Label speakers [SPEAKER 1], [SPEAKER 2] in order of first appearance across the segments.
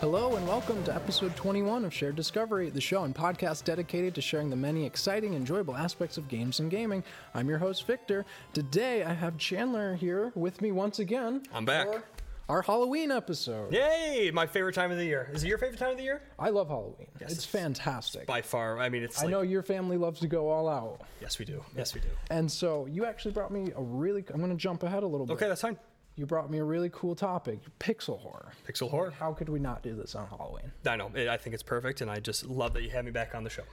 [SPEAKER 1] Hello and welcome to episode 21 of Shared Discovery, the show and podcast dedicated to sharing the many exciting, enjoyable aspects of games and gaming. I'm your host, Victor. Today I have Chandler here with me once again.
[SPEAKER 2] I'm back.
[SPEAKER 1] for Our Halloween episode.
[SPEAKER 2] Yay! My favorite time of the year. Is it your favorite time of the year?
[SPEAKER 1] I love Halloween.
[SPEAKER 2] Yes,
[SPEAKER 1] it's
[SPEAKER 2] it's-
[SPEAKER 1] fantastic.
[SPEAKER 2] By far. I mean, it's.
[SPEAKER 1] I
[SPEAKER 2] like,
[SPEAKER 1] know your family loves to go all out.
[SPEAKER 2] Yes, we do. Yes, we do.
[SPEAKER 1] And so you actually brought me a really, I'm going to jump ahead a little bit.
[SPEAKER 2] Okay, that's fine.
[SPEAKER 1] You brought me a really cool topic pixel horror.
[SPEAKER 2] Pixel horror.
[SPEAKER 1] How could we not do this on Halloween?
[SPEAKER 2] I know. I think it's perfect, and I just love that you had me back on the show.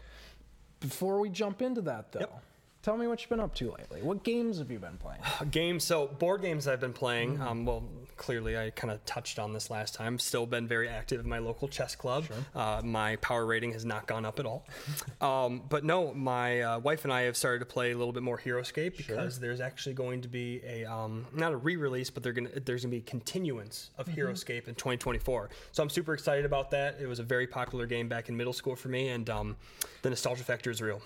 [SPEAKER 1] Before we jump into that, though,
[SPEAKER 2] Yep.
[SPEAKER 1] tell me what you've been up to lately. What games have you been playing?
[SPEAKER 2] Uh, Games. So board games I've been playing. Um, well, clearly I kind of touched on this last time. Still been very active in my local chess club. Uh, my power rating has not gone up at all. um, but no, my uh, wife and I have started to play a little bit more HeroScape because there's actually going to be a um, not a re-release, but they're gonna there's gonna be a continuance of HeroScape in 2024. So I'm super excited about that. It was a very popular game back in middle school for me, and um, the nostalgia factor is real.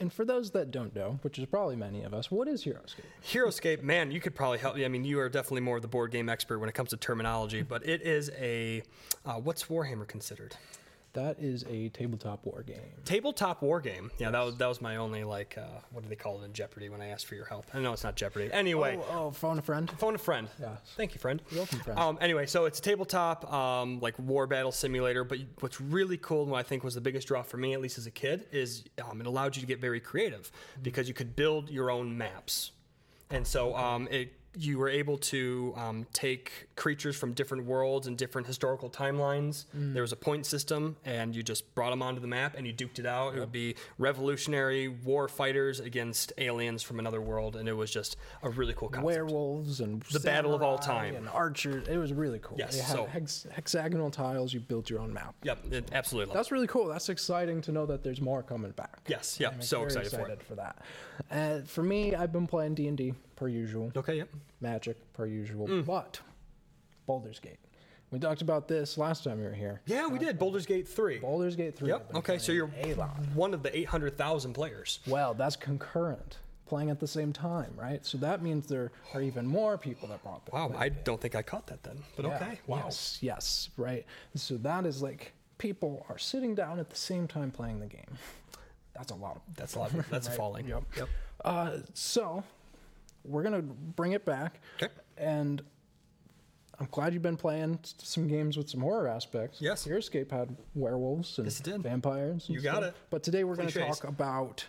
[SPEAKER 1] And for those that don't know, which is probably many of us, what is Heroescape?
[SPEAKER 2] Heroescape, man, you could probably help me. I mean, you are definitely more of the board game expert when it comes to terminology, but it is a uh, what's Warhammer considered?
[SPEAKER 1] That is a tabletop war game.
[SPEAKER 2] Tabletop war game. Yeah, that was that was my only like uh, what do they call it in Jeopardy when I asked for your help? I know it's not Jeopardy. Anyway,
[SPEAKER 1] Oh, oh, phone a friend.
[SPEAKER 2] phone a friend.
[SPEAKER 1] Yes.
[SPEAKER 2] Thank you, friend.
[SPEAKER 1] welcome, friend.
[SPEAKER 2] Um, anyway, so it's a tabletop um, like war battle simulator. But what's really cool and what I think was the biggest draw for me, at least as a kid, is um, it allowed you to get very creative because you could build your own maps, and so um, it. You were able to um, take creatures from different worlds and different historical timelines. There was a point system, and you just brought them onto the map and you duked it out. It would be revolutionary war fighters against aliens from another world, and it was just a really cool concept.
[SPEAKER 1] Werewolves and the
[SPEAKER 2] battle of all time.
[SPEAKER 1] and archers. It was really cool.
[SPEAKER 2] Yes,
[SPEAKER 1] you had
[SPEAKER 2] so-
[SPEAKER 1] hex- hexagonal tiles. You built your own map.
[SPEAKER 2] Yep, it, absolutely. love
[SPEAKER 1] That's really cool. That's exciting to know that there's more coming back.
[SPEAKER 2] it. yes, yep. so
[SPEAKER 1] Very
[SPEAKER 2] excited, for it.
[SPEAKER 1] for, that. Uh, for me, I've been playing D and D per usual.
[SPEAKER 2] Okay, yep.
[SPEAKER 1] Magic per usual,
[SPEAKER 2] Mm.
[SPEAKER 1] but Baldur's Gate. We talked about this last time we were here.
[SPEAKER 2] Yeah, we did Boulder's Gate three.
[SPEAKER 1] Uh, Baldur's Gate three. I've
[SPEAKER 2] Yep.
[SPEAKER 1] been
[SPEAKER 2] Okay, so
[SPEAKER 1] playing
[SPEAKER 2] you're
[SPEAKER 1] a lot.
[SPEAKER 2] one of the eight hundred thousand players.
[SPEAKER 1] Well, that's concurrent, playing at the same time, right? So that means there are even more people that bought this.
[SPEAKER 2] Wow, I don't think I caught that then. But
[SPEAKER 1] Yeah.
[SPEAKER 2] okay, wow.
[SPEAKER 1] Yes, yes, right. So that is like people are sitting down at the same time playing the game. That's a lot of
[SPEAKER 2] That's a lot. Of, that's falling.
[SPEAKER 1] Yep.
[SPEAKER 2] Yep.
[SPEAKER 1] Uh, so we're gonna bring it back,
[SPEAKER 2] Okay.
[SPEAKER 1] and I'm glad you've been playing s- some games with some horror aspects.
[SPEAKER 2] Yes.
[SPEAKER 1] your escape had werewolves and
[SPEAKER 2] Yes, it did.
[SPEAKER 1] vampires. and
[SPEAKER 2] You got
[SPEAKER 1] stuff.
[SPEAKER 2] it.
[SPEAKER 1] But today we're gonna
[SPEAKER 2] Clichés.
[SPEAKER 1] talk about.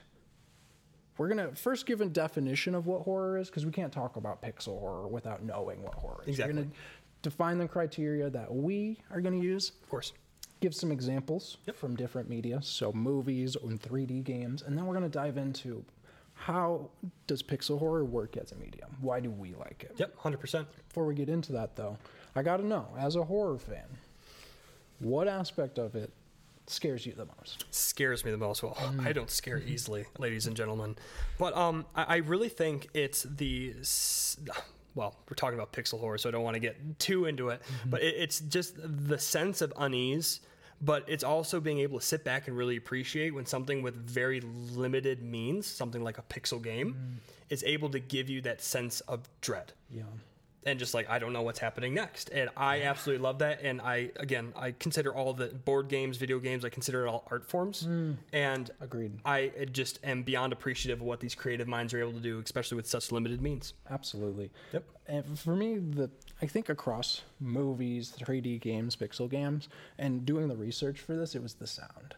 [SPEAKER 1] We're gonna first give a definition of what horror is because we can't talk about pixel horror without knowing what horror is. We're
[SPEAKER 2] Exactly.
[SPEAKER 1] gonna define the criteria that we are gonna use
[SPEAKER 2] Of course.
[SPEAKER 1] give some examples from different media, so movies and 3D games, and then we're going to dive into how does pixel horror work as a medium? Why do we like it?
[SPEAKER 2] Yep. Hundred percent.
[SPEAKER 1] Before we get into that though, I got to know as a horror fan, what aspect of it scares you the most?
[SPEAKER 2] scares me the most. Well, I don't scare easily, ladies and gentlemen. But um, I, I really think it's the. s- Well, we're talking about pixel horror, so I don't want to get too into it. But it, it's just the sense of unease. But it's also being able to sit back and really appreciate when something with very limited means, something like a pixel game, is able to give you that sense of dread
[SPEAKER 1] Yeah.
[SPEAKER 2] and just like I don't know what's happening next. And I absolutely love that. And I again, I consider all the board games, video games, I consider it all art forms. And
[SPEAKER 1] Hmm. Agreed.
[SPEAKER 2] I just am beyond appreciative of what these creative minds are able to do, especially with such limited means.
[SPEAKER 1] Absolutely.
[SPEAKER 2] Yep.
[SPEAKER 1] And for me, the I think across movies, 3D games, pixel games, and doing the research for this, it was the sound.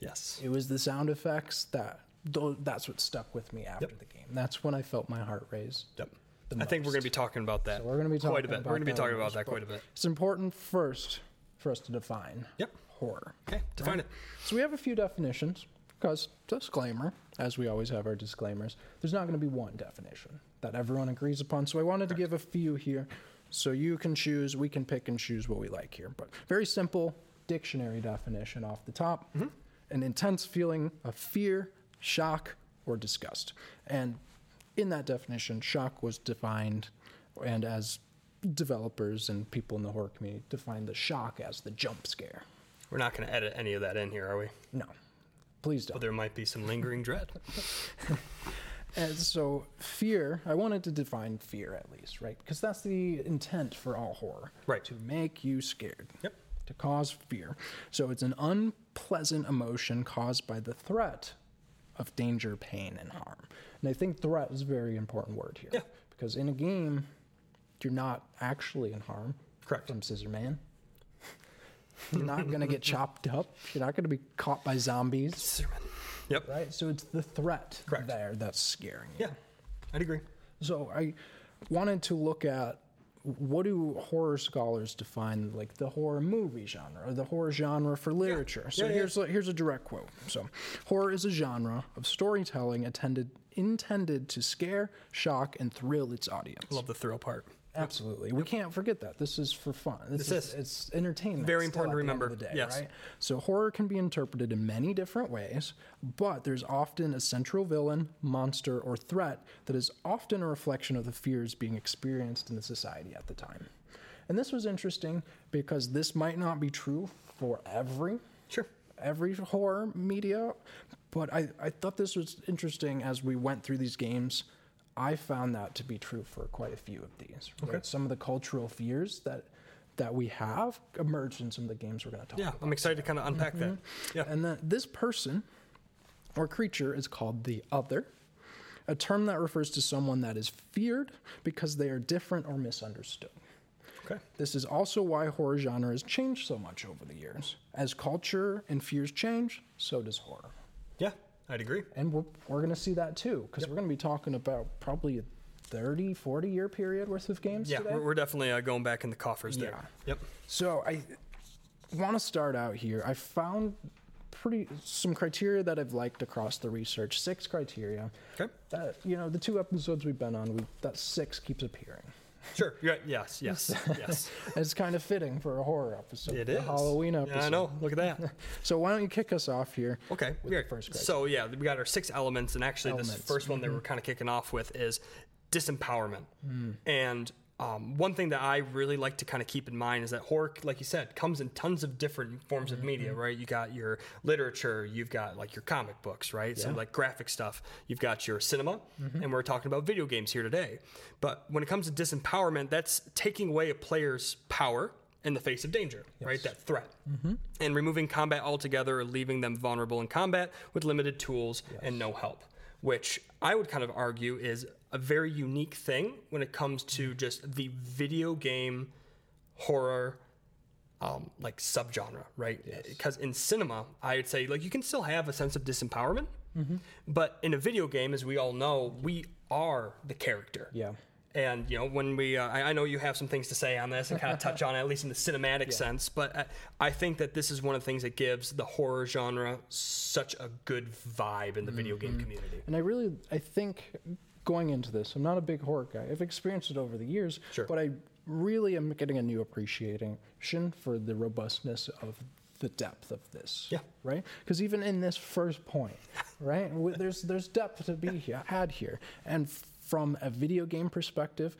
[SPEAKER 2] Yes.
[SPEAKER 1] It was the sound effects that tho- that's what stuck with me after the game. That's when I felt my heart raise.
[SPEAKER 2] Yep.
[SPEAKER 1] The
[SPEAKER 2] I think we're going to be talking about that.
[SPEAKER 1] We're going to be talking
[SPEAKER 2] quite a bit.
[SPEAKER 1] About
[SPEAKER 2] We're going to be
[SPEAKER 1] that
[SPEAKER 2] talking
[SPEAKER 1] in
[SPEAKER 2] about
[SPEAKER 1] this,
[SPEAKER 2] that
[SPEAKER 1] but
[SPEAKER 2] quite a bit.
[SPEAKER 1] It's important first for us to define
[SPEAKER 2] Yep.
[SPEAKER 1] horror.
[SPEAKER 2] Okay. Define it.
[SPEAKER 1] So we have a few definitions because disclaimer, as we always have our disclaimers, there's not going to be one definition that everyone agrees upon. So I wanted to give a few here so you can choose, we can pick and choose what we like here. But very simple dictionary definition off the top. An intense feeling of fear, shock, or disgust. And in that definition, shock was defined and as developers and people in the horror community define the shock as the jump scare.
[SPEAKER 2] We're not going to edit any of that in here, are we?
[SPEAKER 1] No. Please don't.
[SPEAKER 2] But there might be some lingering dread.
[SPEAKER 1] And so fear, I wanted to define fear at least, right? Because that's the intent for all horror.
[SPEAKER 2] Right.
[SPEAKER 1] To make you scared.
[SPEAKER 2] Yep.
[SPEAKER 1] to cause fear. So it's an unpleasant emotion caused by the threat of danger, pain, and harm. And I think threat is a very important word here.
[SPEAKER 2] Yeah.
[SPEAKER 1] Because in a game, you're not actually in harm.
[SPEAKER 2] Correct.
[SPEAKER 1] From Scissor Man. You're not going to get chopped up. You're not going to be caught by zombies.
[SPEAKER 2] Yep.
[SPEAKER 1] Right? So it's the threat
[SPEAKER 2] Correct.
[SPEAKER 1] there that's scaring you.
[SPEAKER 2] Yeah, I'd agree.
[SPEAKER 1] So I wanted to look at what do horror scholars define like the horror movie genre or the horror genre for literature. So
[SPEAKER 2] Yeah, yeah.
[SPEAKER 1] here's a, here's a direct quote. So horror is a genre of storytelling attended intended to scare, shock, and thrill its audience.
[SPEAKER 2] Love the thrill part.
[SPEAKER 1] Absolutely. We can't forget that. This is for fun. This,
[SPEAKER 2] This
[SPEAKER 1] is,
[SPEAKER 2] is.
[SPEAKER 1] it's entertainment.
[SPEAKER 2] Very
[SPEAKER 1] still
[SPEAKER 2] important to
[SPEAKER 1] at the end of
[SPEAKER 2] remember.
[SPEAKER 1] the day,
[SPEAKER 2] Yes.
[SPEAKER 1] right? So horror can be interpreted in many different ways, but there's often a central villain, monster, or threat that is often a reflection of the fears being experienced in the society at the time. And this was interesting because this might not be true for every
[SPEAKER 2] Sure.
[SPEAKER 1] every horror media, but I, I thought this was interesting as we went through these games. I found that to be true for quite a few of these. Right? Some of the cultural fears that that we have emerged in some of the games we're going to talk
[SPEAKER 2] Yeah, I'm excited to kind of unpack that. Yeah.
[SPEAKER 1] and that this person or creature is called the other, a term that refers to someone that is feared because they are different or misunderstood.
[SPEAKER 2] Okay.
[SPEAKER 1] This is also why horror genre has changed so much over the years. As culture and fears change, so does horror.
[SPEAKER 2] Yeah, I'd agree.
[SPEAKER 1] And we're, we're going to see that too, because we're going to be talking about probably a 30, 40 year period worth of games
[SPEAKER 2] Yeah,
[SPEAKER 1] today.
[SPEAKER 2] we're, we're definitely uh, going back in the coffers
[SPEAKER 1] Yeah.
[SPEAKER 2] there. Yep.
[SPEAKER 1] So I want to start out here. I found pretty some criteria that I've liked across the research. Six criteria.
[SPEAKER 2] Okay.
[SPEAKER 1] That you know, the two episodes we've been on, we that six keeps appearing.
[SPEAKER 2] Sure. Yeah, yes, yes, yes.
[SPEAKER 1] It's kind of fitting for a horror episode.
[SPEAKER 2] It
[SPEAKER 1] a
[SPEAKER 2] is.
[SPEAKER 1] Halloween episode.
[SPEAKER 2] Yeah, I know. Look at that.
[SPEAKER 1] So why don't you kick us off here?
[SPEAKER 2] Okay.
[SPEAKER 1] With the
[SPEAKER 2] great.
[SPEAKER 1] first grade.
[SPEAKER 2] So yeah, we got our six elements, and actually this
[SPEAKER 1] Elements. Mm-hmm.
[SPEAKER 2] first one that we're kind of kicking off with is disempowerment.
[SPEAKER 1] Mm.
[SPEAKER 2] And um, one thing that I really like to kind of keep in mind is that horror, like you said, comes in tons of different forms of media,
[SPEAKER 1] Mm-hmm.
[SPEAKER 2] right? You got your literature, you've got like your comic books, right? So like graphic stuff, you've got your cinema,
[SPEAKER 1] Mm-hmm.
[SPEAKER 2] and we're talking about video games here today. But when it comes to disempowerment, that's taking away a player's power in the face of danger, right? That threat. And removing combat altogether or leaving them vulnerable in combat with limited tools and no help, which I would kind of argue is a very unique thing when it comes to just the video game horror um, like subgenre, right? Because in cinema, I would say like you can still have a sense of disempowerment, but in a video game, as we all know, we are the character.
[SPEAKER 1] Yeah.
[SPEAKER 2] And you know when we, uh, I, I know you have some things to say on this and kind of touch on it, at least in the cinematic sense. But I, I think that this is one of the things that gives the horror genre such a good vibe in the video game community.
[SPEAKER 1] And I really, I think going into this, I'm not a big horror guy. I've experienced it over the years,
[SPEAKER 2] Sure.
[SPEAKER 1] but I really am getting a new appreciation for the robustness of the depth of this.
[SPEAKER 2] Yeah.
[SPEAKER 1] Right? Because even in this first point, right, w- there's there's depth to be he- had here. And from a video game perspective,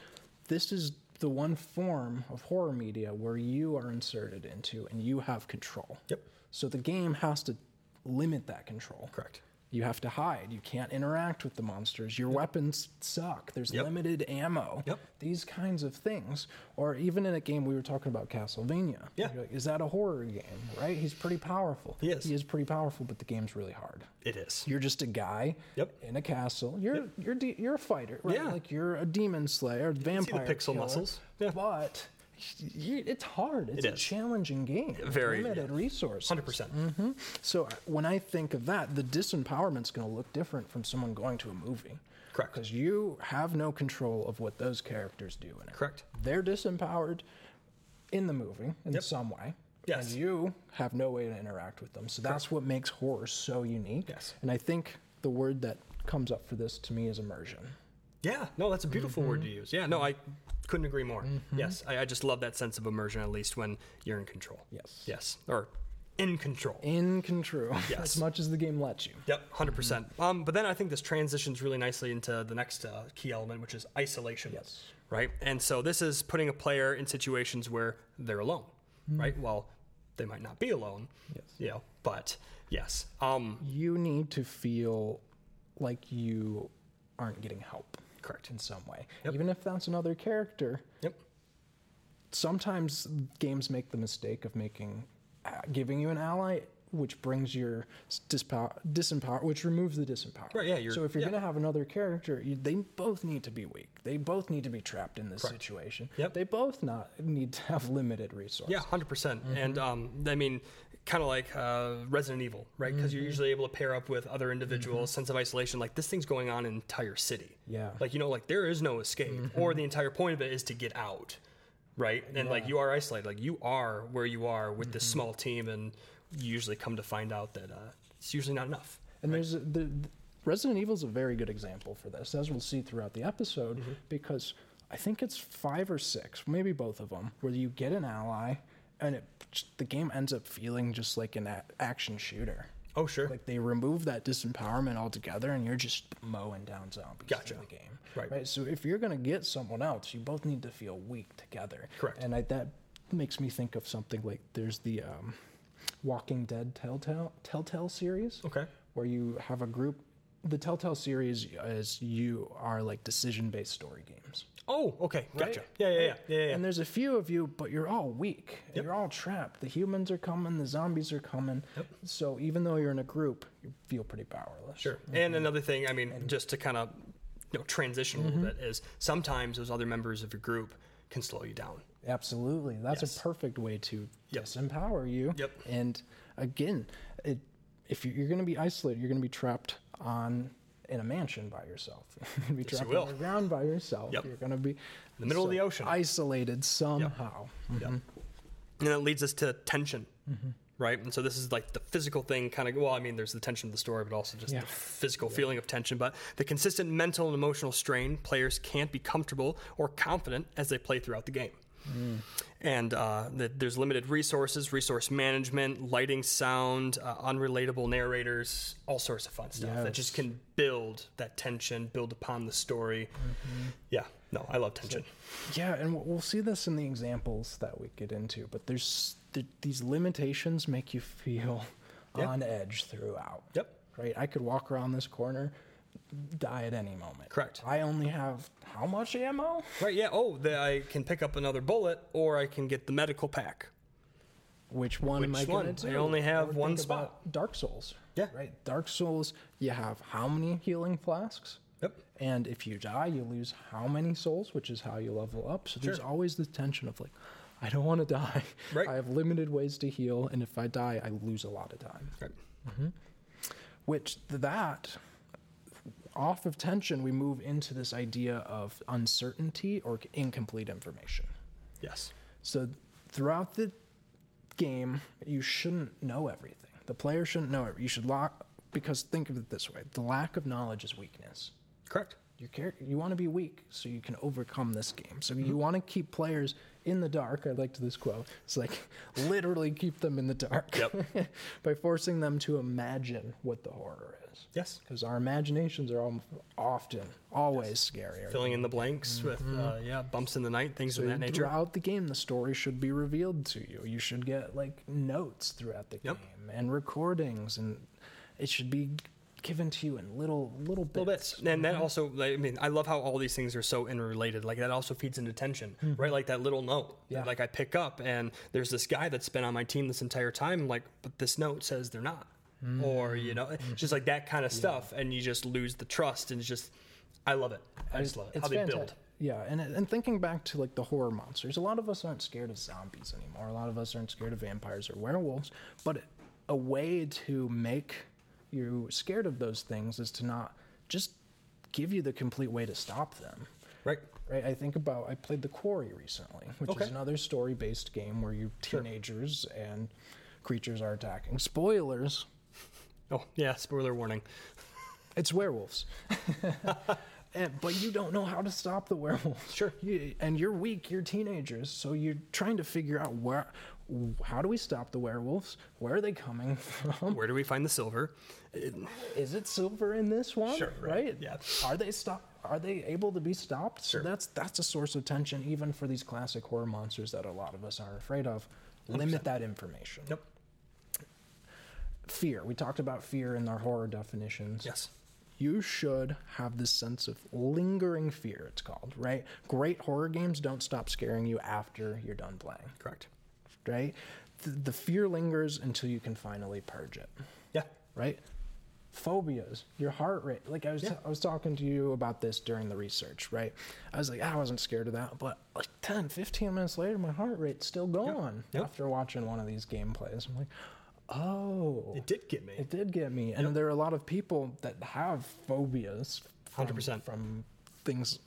[SPEAKER 1] this is the one form of horror media where you are inserted into and you have control.
[SPEAKER 2] Yep.
[SPEAKER 1] So the game has to limit that control.
[SPEAKER 2] Correct.
[SPEAKER 1] You have to hide. You can't interact with the monsters. Your weapons suck. There's
[SPEAKER 2] Yep.
[SPEAKER 1] limited ammo.
[SPEAKER 2] Yep.
[SPEAKER 1] These kinds of things. Or even in a game we were talking about Castlevania.
[SPEAKER 2] Yeah.
[SPEAKER 1] You're like, Is that a horror game? Right? He's pretty powerful.
[SPEAKER 2] He is.
[SPEAKER 1] He is pretty powerful, but the game's really hard.
[SPEAKER 2] It is.
[SPEAKER 1] You're just a guy
[SPEAKER 2] Yep.
[SPEAKER 1] in a castle. You're you're de- you're a fighter, right?
[SPEAKER 2] Yeah.
[SPEAKER 1] Like you're a demon slayer, vampire.
[SPEAKER 2] pixel
[SPEAKER 1] killer,
[SPEAKER 2] muscles. Yeah.
[SPEAKER 1] But y- it's hard. It's
[SPEAKER 2] It
[SPEAKER 1] a
[SPEAKER 2] is.
[SPEAKER 1] challenging game. with
[SPEAKER 2] Very,
[SPEAKER 1] limited resources.
[SPEAKER 2] Hundred percent.
[SPEAKER 1] So uh, when I think of that, the disempowerment's going to look different from someone going to a movie.
[SPEAKER 2] Correct.
[SPEAKER 1] Because you have no control of what those characters do in it.
[SPEAKER 2] Correct.
[SPEAKER 1] They're disempowered in the movie in some way.
[SPEAKER 2] Yes.
[SPEAKER 1] And you have no way to interact with them. So that's what makes horror so unique.
[SPEAKER 2] Yes.
[SPEAKER 1] And I think the word that comes up for this to me is immersion.
[SPEAKER 2] Yeah, no, that's a beautiful word to use. Yeah, no, I couldn't agree more. Yes, I, I just love that sense of immersion, at least when you're in control.
[SPEAKER 1] Yes.
[SPEAKER 2] Yes, or in control.
[SPEAKER 1] In control.
[SPEAKER 2] Yes.
[SPEAKER 1] As much as the game lets you.
[SPEAKER 2] Yep, 100%. percent
[SPEAKER 1] Mm-hmm.
[SPEAKER 2] Um, but then I think this transitions really nicely into the next uh, key element, which is isolation.
[SPEAKER 1] Yes.
[SPEAKER 2] Right? And so this is putting a player in situations where they're alone, right? Well, they might not be alone.
[SPEAKER 1] Mm-hmm. Yes.
[SPEAKER 2] You know, but yes. Um,
[SPEAKER 1] You need to feel like you aren't getting help.
[SPEAKER 2] correct.
[SPEAKER 1] in some way. Even if that's another character,
[SPEAKER 2] Yep.
[SPEAKER 1] sometimes games make the mistake of making uh, giving you an ally which brings your s- dispower, disempower, which removes the disempower.
[SPEAKER 2] Right, yeah, you're-
[SPEAKER 1] so if you're
[SPEAKER 2] yeah.
[SPEAKER 1] going to have another character, you, they both need to be weak. They both need to be trapped in this situation.
[SPEAKER 2] Yep.
[SPEAKER 1] They both not need to have limited resources.
[SPEAKER 2] Yeah, 100%. percent
[SPEAKER 1] Mm-hmm.
[SPEAKER 2] And um, I mean, kind of like uh, Resident Evil, right? Because
[SPEAKER 1] Mm-hmm.
[SPEAKER 2] you're usually able to pair up with other individuals, sense of isolation. Like, this thing's going on in an entire city.
[SPEAKER 1] Yeah. Mm-hmm.
[SPEAKER 2] Like, you know, like there is no escape, or the entire point of it is to get out, right? And like, you are isolated. Like, you are where you are with
[SPEAKER 1] Mm-hmm.
[SPEAKER 2] this small team, and you usually come to find out that uh, it's usually not enough.
[SPEAKER 1] And there's a, the, the Resident Evil's a very good example for this, as we'll see throughout the episode,
[SPEAKER 2] Mm-hmm.
[SPEAKER 1] because I think it's five or six, maybe both of them, where you get an ally, and it the game ends up feeling just like an a- action shooter.
[SPEAKER 2] Oh, sure.
[SPEAKER 1] Like they remove that disempowerment altogether, and you're just mowing down zombies
[SPEAKER 2] Gotcha.
[SPEAKER 1] in the game.
[SPEAKER 2] Right.
[SPEAKER 1] So if you're gonna get someone else, you both need to feel weak together.
[SPEAKER 2] Correct.
[SPEAKER 1] And I, that makes me think of something like there's the um, Walking Dead Telltale Telltale series
[SPEAKER 2] okay.
[SPEAKER 1] where you have a group. The Telltale series is you are like decision based story games.
[SPEAKER 2] Oh, okay. Gotcha.
[SPEAKER 1] Right?
[SPEAKER 2] Yeah, yeah, yeah. yeah, yeah, yeah.
[SPEAKER 1] And there's a few of you, but you're all weak. You're all trapped. The humans are coming, the zombies are coming. So even though you're in a group, you feel pretty powerless.
[SPEAKER 2] Sure. And another thing, I mean, just to kind of you know, transition a little bit, is sometimes those other members of your group can slow you down.
[SPEAKER 1] Absolutely. That's
[SPEAKER 2] Yes.
[SPEAKER 1] a perfect way to
[SPEAKER 2] Yep.
[SPEAKER 1] disempower you.
[SPEAKER 2] Yep.
[SPEAKER 1] And again, it, if you- you're going to be isolated, you're going to be trapped on in a mansion by yourself. you're going to be trapped
[SPEAKER 2] will.
[SPEAKER 1] on the ground by yourself.
[SPEAKER 2] Yep.
[SPEAKER 1] You're going to be in
[SPEAKER 2] the middle of the ocean.
[SPEAKER 1] Isolated somehow.
[SPEAKER 2] Yeah. And it leads us to tension, right? And so this is like the physical thing, kind of. Well, I mean, there's the tension of the story, but also just
[SPEAKER 1] Yeah.
[SPEAKER 2] the physical feeling of tension. But the consistent mental and emotional strain players can't be comfortable or confident as they play throughout the game.
[SPEAKER 1] Mm.
[SPEAKER 2] And uh, that there's limited resources, resource management, lighting, sound, uh, unrelatable narrators, all sorts of fun stuff that
[SPEAKER 1] Yes.
[SPEAKER 2] just can build that tension, build upon the story.
[SPEAKER 1] Mm-hmm.
[SPEAKER 2] Yeah, no, I love tension.
[SPEAKER 1] Yeah, and we'll- we'll see this in the examples that we get into, but there's th- these limitations make you feel
[SPEAKER 2] Yeah.
[SPEAKER 1] on edge throughout.
[SPEAKER 2] Yep.
[SPEAKER 1] Right? I could walk around this corner, die at any moment.
[SPEAKER 2] Correct.
[SPEAKER 1] I only have how much ammo?
[SPEAKER 2] Right, yeah. Oh, the, I can pick up another bullet or I can get the medical pack.
[SPEAKER 1] Which one am
[SPEAKER 2] Which
[SPEAKER 1] I
[SPEAKER 2] one?
[SPEAKER 1] going to
[SPEAKER 2] I
[SPEAKER 1] do?
[SPEAKER 2] only have
[SPEAKER 1] Or
[SPEAKER 2] one
[SPEAKER 1] think
[SPEAKER 2] spot.
[SPEAKER 1] about Dark Souls.
[SPEAKER 2] Yeah.
[SPEAKER 1] Right? Dark Souls, you have how many healing flasks?
[SPEAKER 2] Yep.
[SPEAKER 1] And if you die, you lose how many souls, which is how you level up. So there's
[SPEAKER 2] Sure.
[SPEAKER 1] always this tension of like, I don't want to die.
[SPEAKER 2] Right.
[SPEAKER 1] I have limited ways to heal, and if I die, I lose a lot of time.
[SPEAKER 2] Right.
[SPEAKER 1] Which th- that off of tension, we move into this idea of uncertainty or incomplete information.
[SPEAKER 2] Yes.
[SPEAKER 1] So throughout the game, you shouldn't know everything. The player shouldn't know it. You should lock because think of it this way: the lack of knowledge is weakness.
[SPEAKER 2] Correct.
[SPEAKER 1] Your char- you want to be weak so you can overcome this game. So you want to keep players in the dark. I liked this quote. It's like literally keep them in the dark
[SPEAKER 2] Yep.
[SPEAKER 1] by forcing them to imagine what the horror is.
[SPEAKER 2] Yes.
[SPEAKER 1] Because our imaginations are al- often always scarier.
[SPEAKER 2] Filling in the blanks with, uh, yeah, bumps in the night, things of that
[SPEAKER 1] And
[SPEAKER 2] nature.
[SPEAKER 1] throughout the game, the story should be revealed to you. You should get like notes throughout the
[SPEAKER 2] Yep.
[SPEAKER 1] game and recordings, and it should be given to you in little little bits.
[SPEAKER 2] Little bits. Mm-hmm. And that also, like, I mean, I love how all these things are so interrelated. Like, that also feeds into tension, right? Like, that little note that,
[SPEAKER 1] Yeah.
[SPEAKER 2] like, I pick up, and there's this guy that's been on my team this entire time. I'm like, but this note says they're not. Or, you know, it's just like that kind of stuff. And you just lose the trust. And it's just, I love it. I just love it. How they
[SPEAKER 1] fanta-
[SPEAKER 2] build.
[SPEAKER 1] Yeah, and and thinking back to like the horror monsters, a lot of us aren't scared of zombies anymore. A lot of us aren't scared of vampires or werewolves. But a way to make you scared of those things is to not just give you the complete way to stop them.
[SPEAKER 2] Right.
[SPEAKER 1] Right, I think about I played The Quarry recently, which
[SPEAKER 2] Okay.
[SPEAKER 1] is another story-based game where you teenagers and creatures are attacking. Spoilers,
[SPEAKER 2] Oh, yeah. Spoiler warning.
[SPEAKER 1] it's werewolves. and, but you don't know how to stop the werewolves.
[SPEAKER 2] Sure.
[SPEAKER 1] You, and you're weak, you're teenagers, so you're trying to figure out where how do we stop the werewolves? Where are they coming from?
[SPEAKER 2] Where do we find the silver? It-
[SPEAKER 1] Is it silver in this one?
[SPEAKER 2] Sure, right, yeah.
[SPEAKER 1] Are they stop are they able to be stopped?
[SPEAKER 2] Sure.
[SPEAKER 1] So that's that's a source of tension even for these classic horror monsters that a lot of us aren't afraid of. Limit that information.
[SPEAKER 2] Yep.
[SPEAKER 1] Fear. We talked about fear in our horror definitions.
[SPEAKER 2] Yes.
[SPEAKER 1] you should have this sense of lingering fear, it's called, right? Great horror games don't stop scaring you after you're done playing,
[SPEAKER 2] Correct.
[SPEAKER 1] right? Th- the fear lingers until you can finally purge it,
[SPEAKER 2] Yeah.
[SPEAKER 1] right? Phobias, your heart rate. Like I was,
[SPEAKER 2] Yeah.
[SPEAKER 1] I was talking to you about this during the research, right? I was like, "Ah, I wasn't scared of that, but like 10, 15 minutes later, my heart rate's still going
[SPEAKER 2] Yep.
[SPEAKER 1] after watching one of these gameplays. I'm like, oh,
[SPEAKER 2] It did get me.
[SPEAKER 1] it did get me. And there are a lot of people that have phobias from,
[SPEAKER 2] 100%.
[SPEAKER 1] from things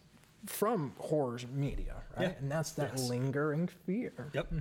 [SPEAKER 1] from horror media, right?
[SPEAKER 2] Yeah.
[SPEAKER 1] And that's that
[SPEAKER 2] Yes.
[SPEAKER 1] lingering fear.
[SPEAKER 2] Yep.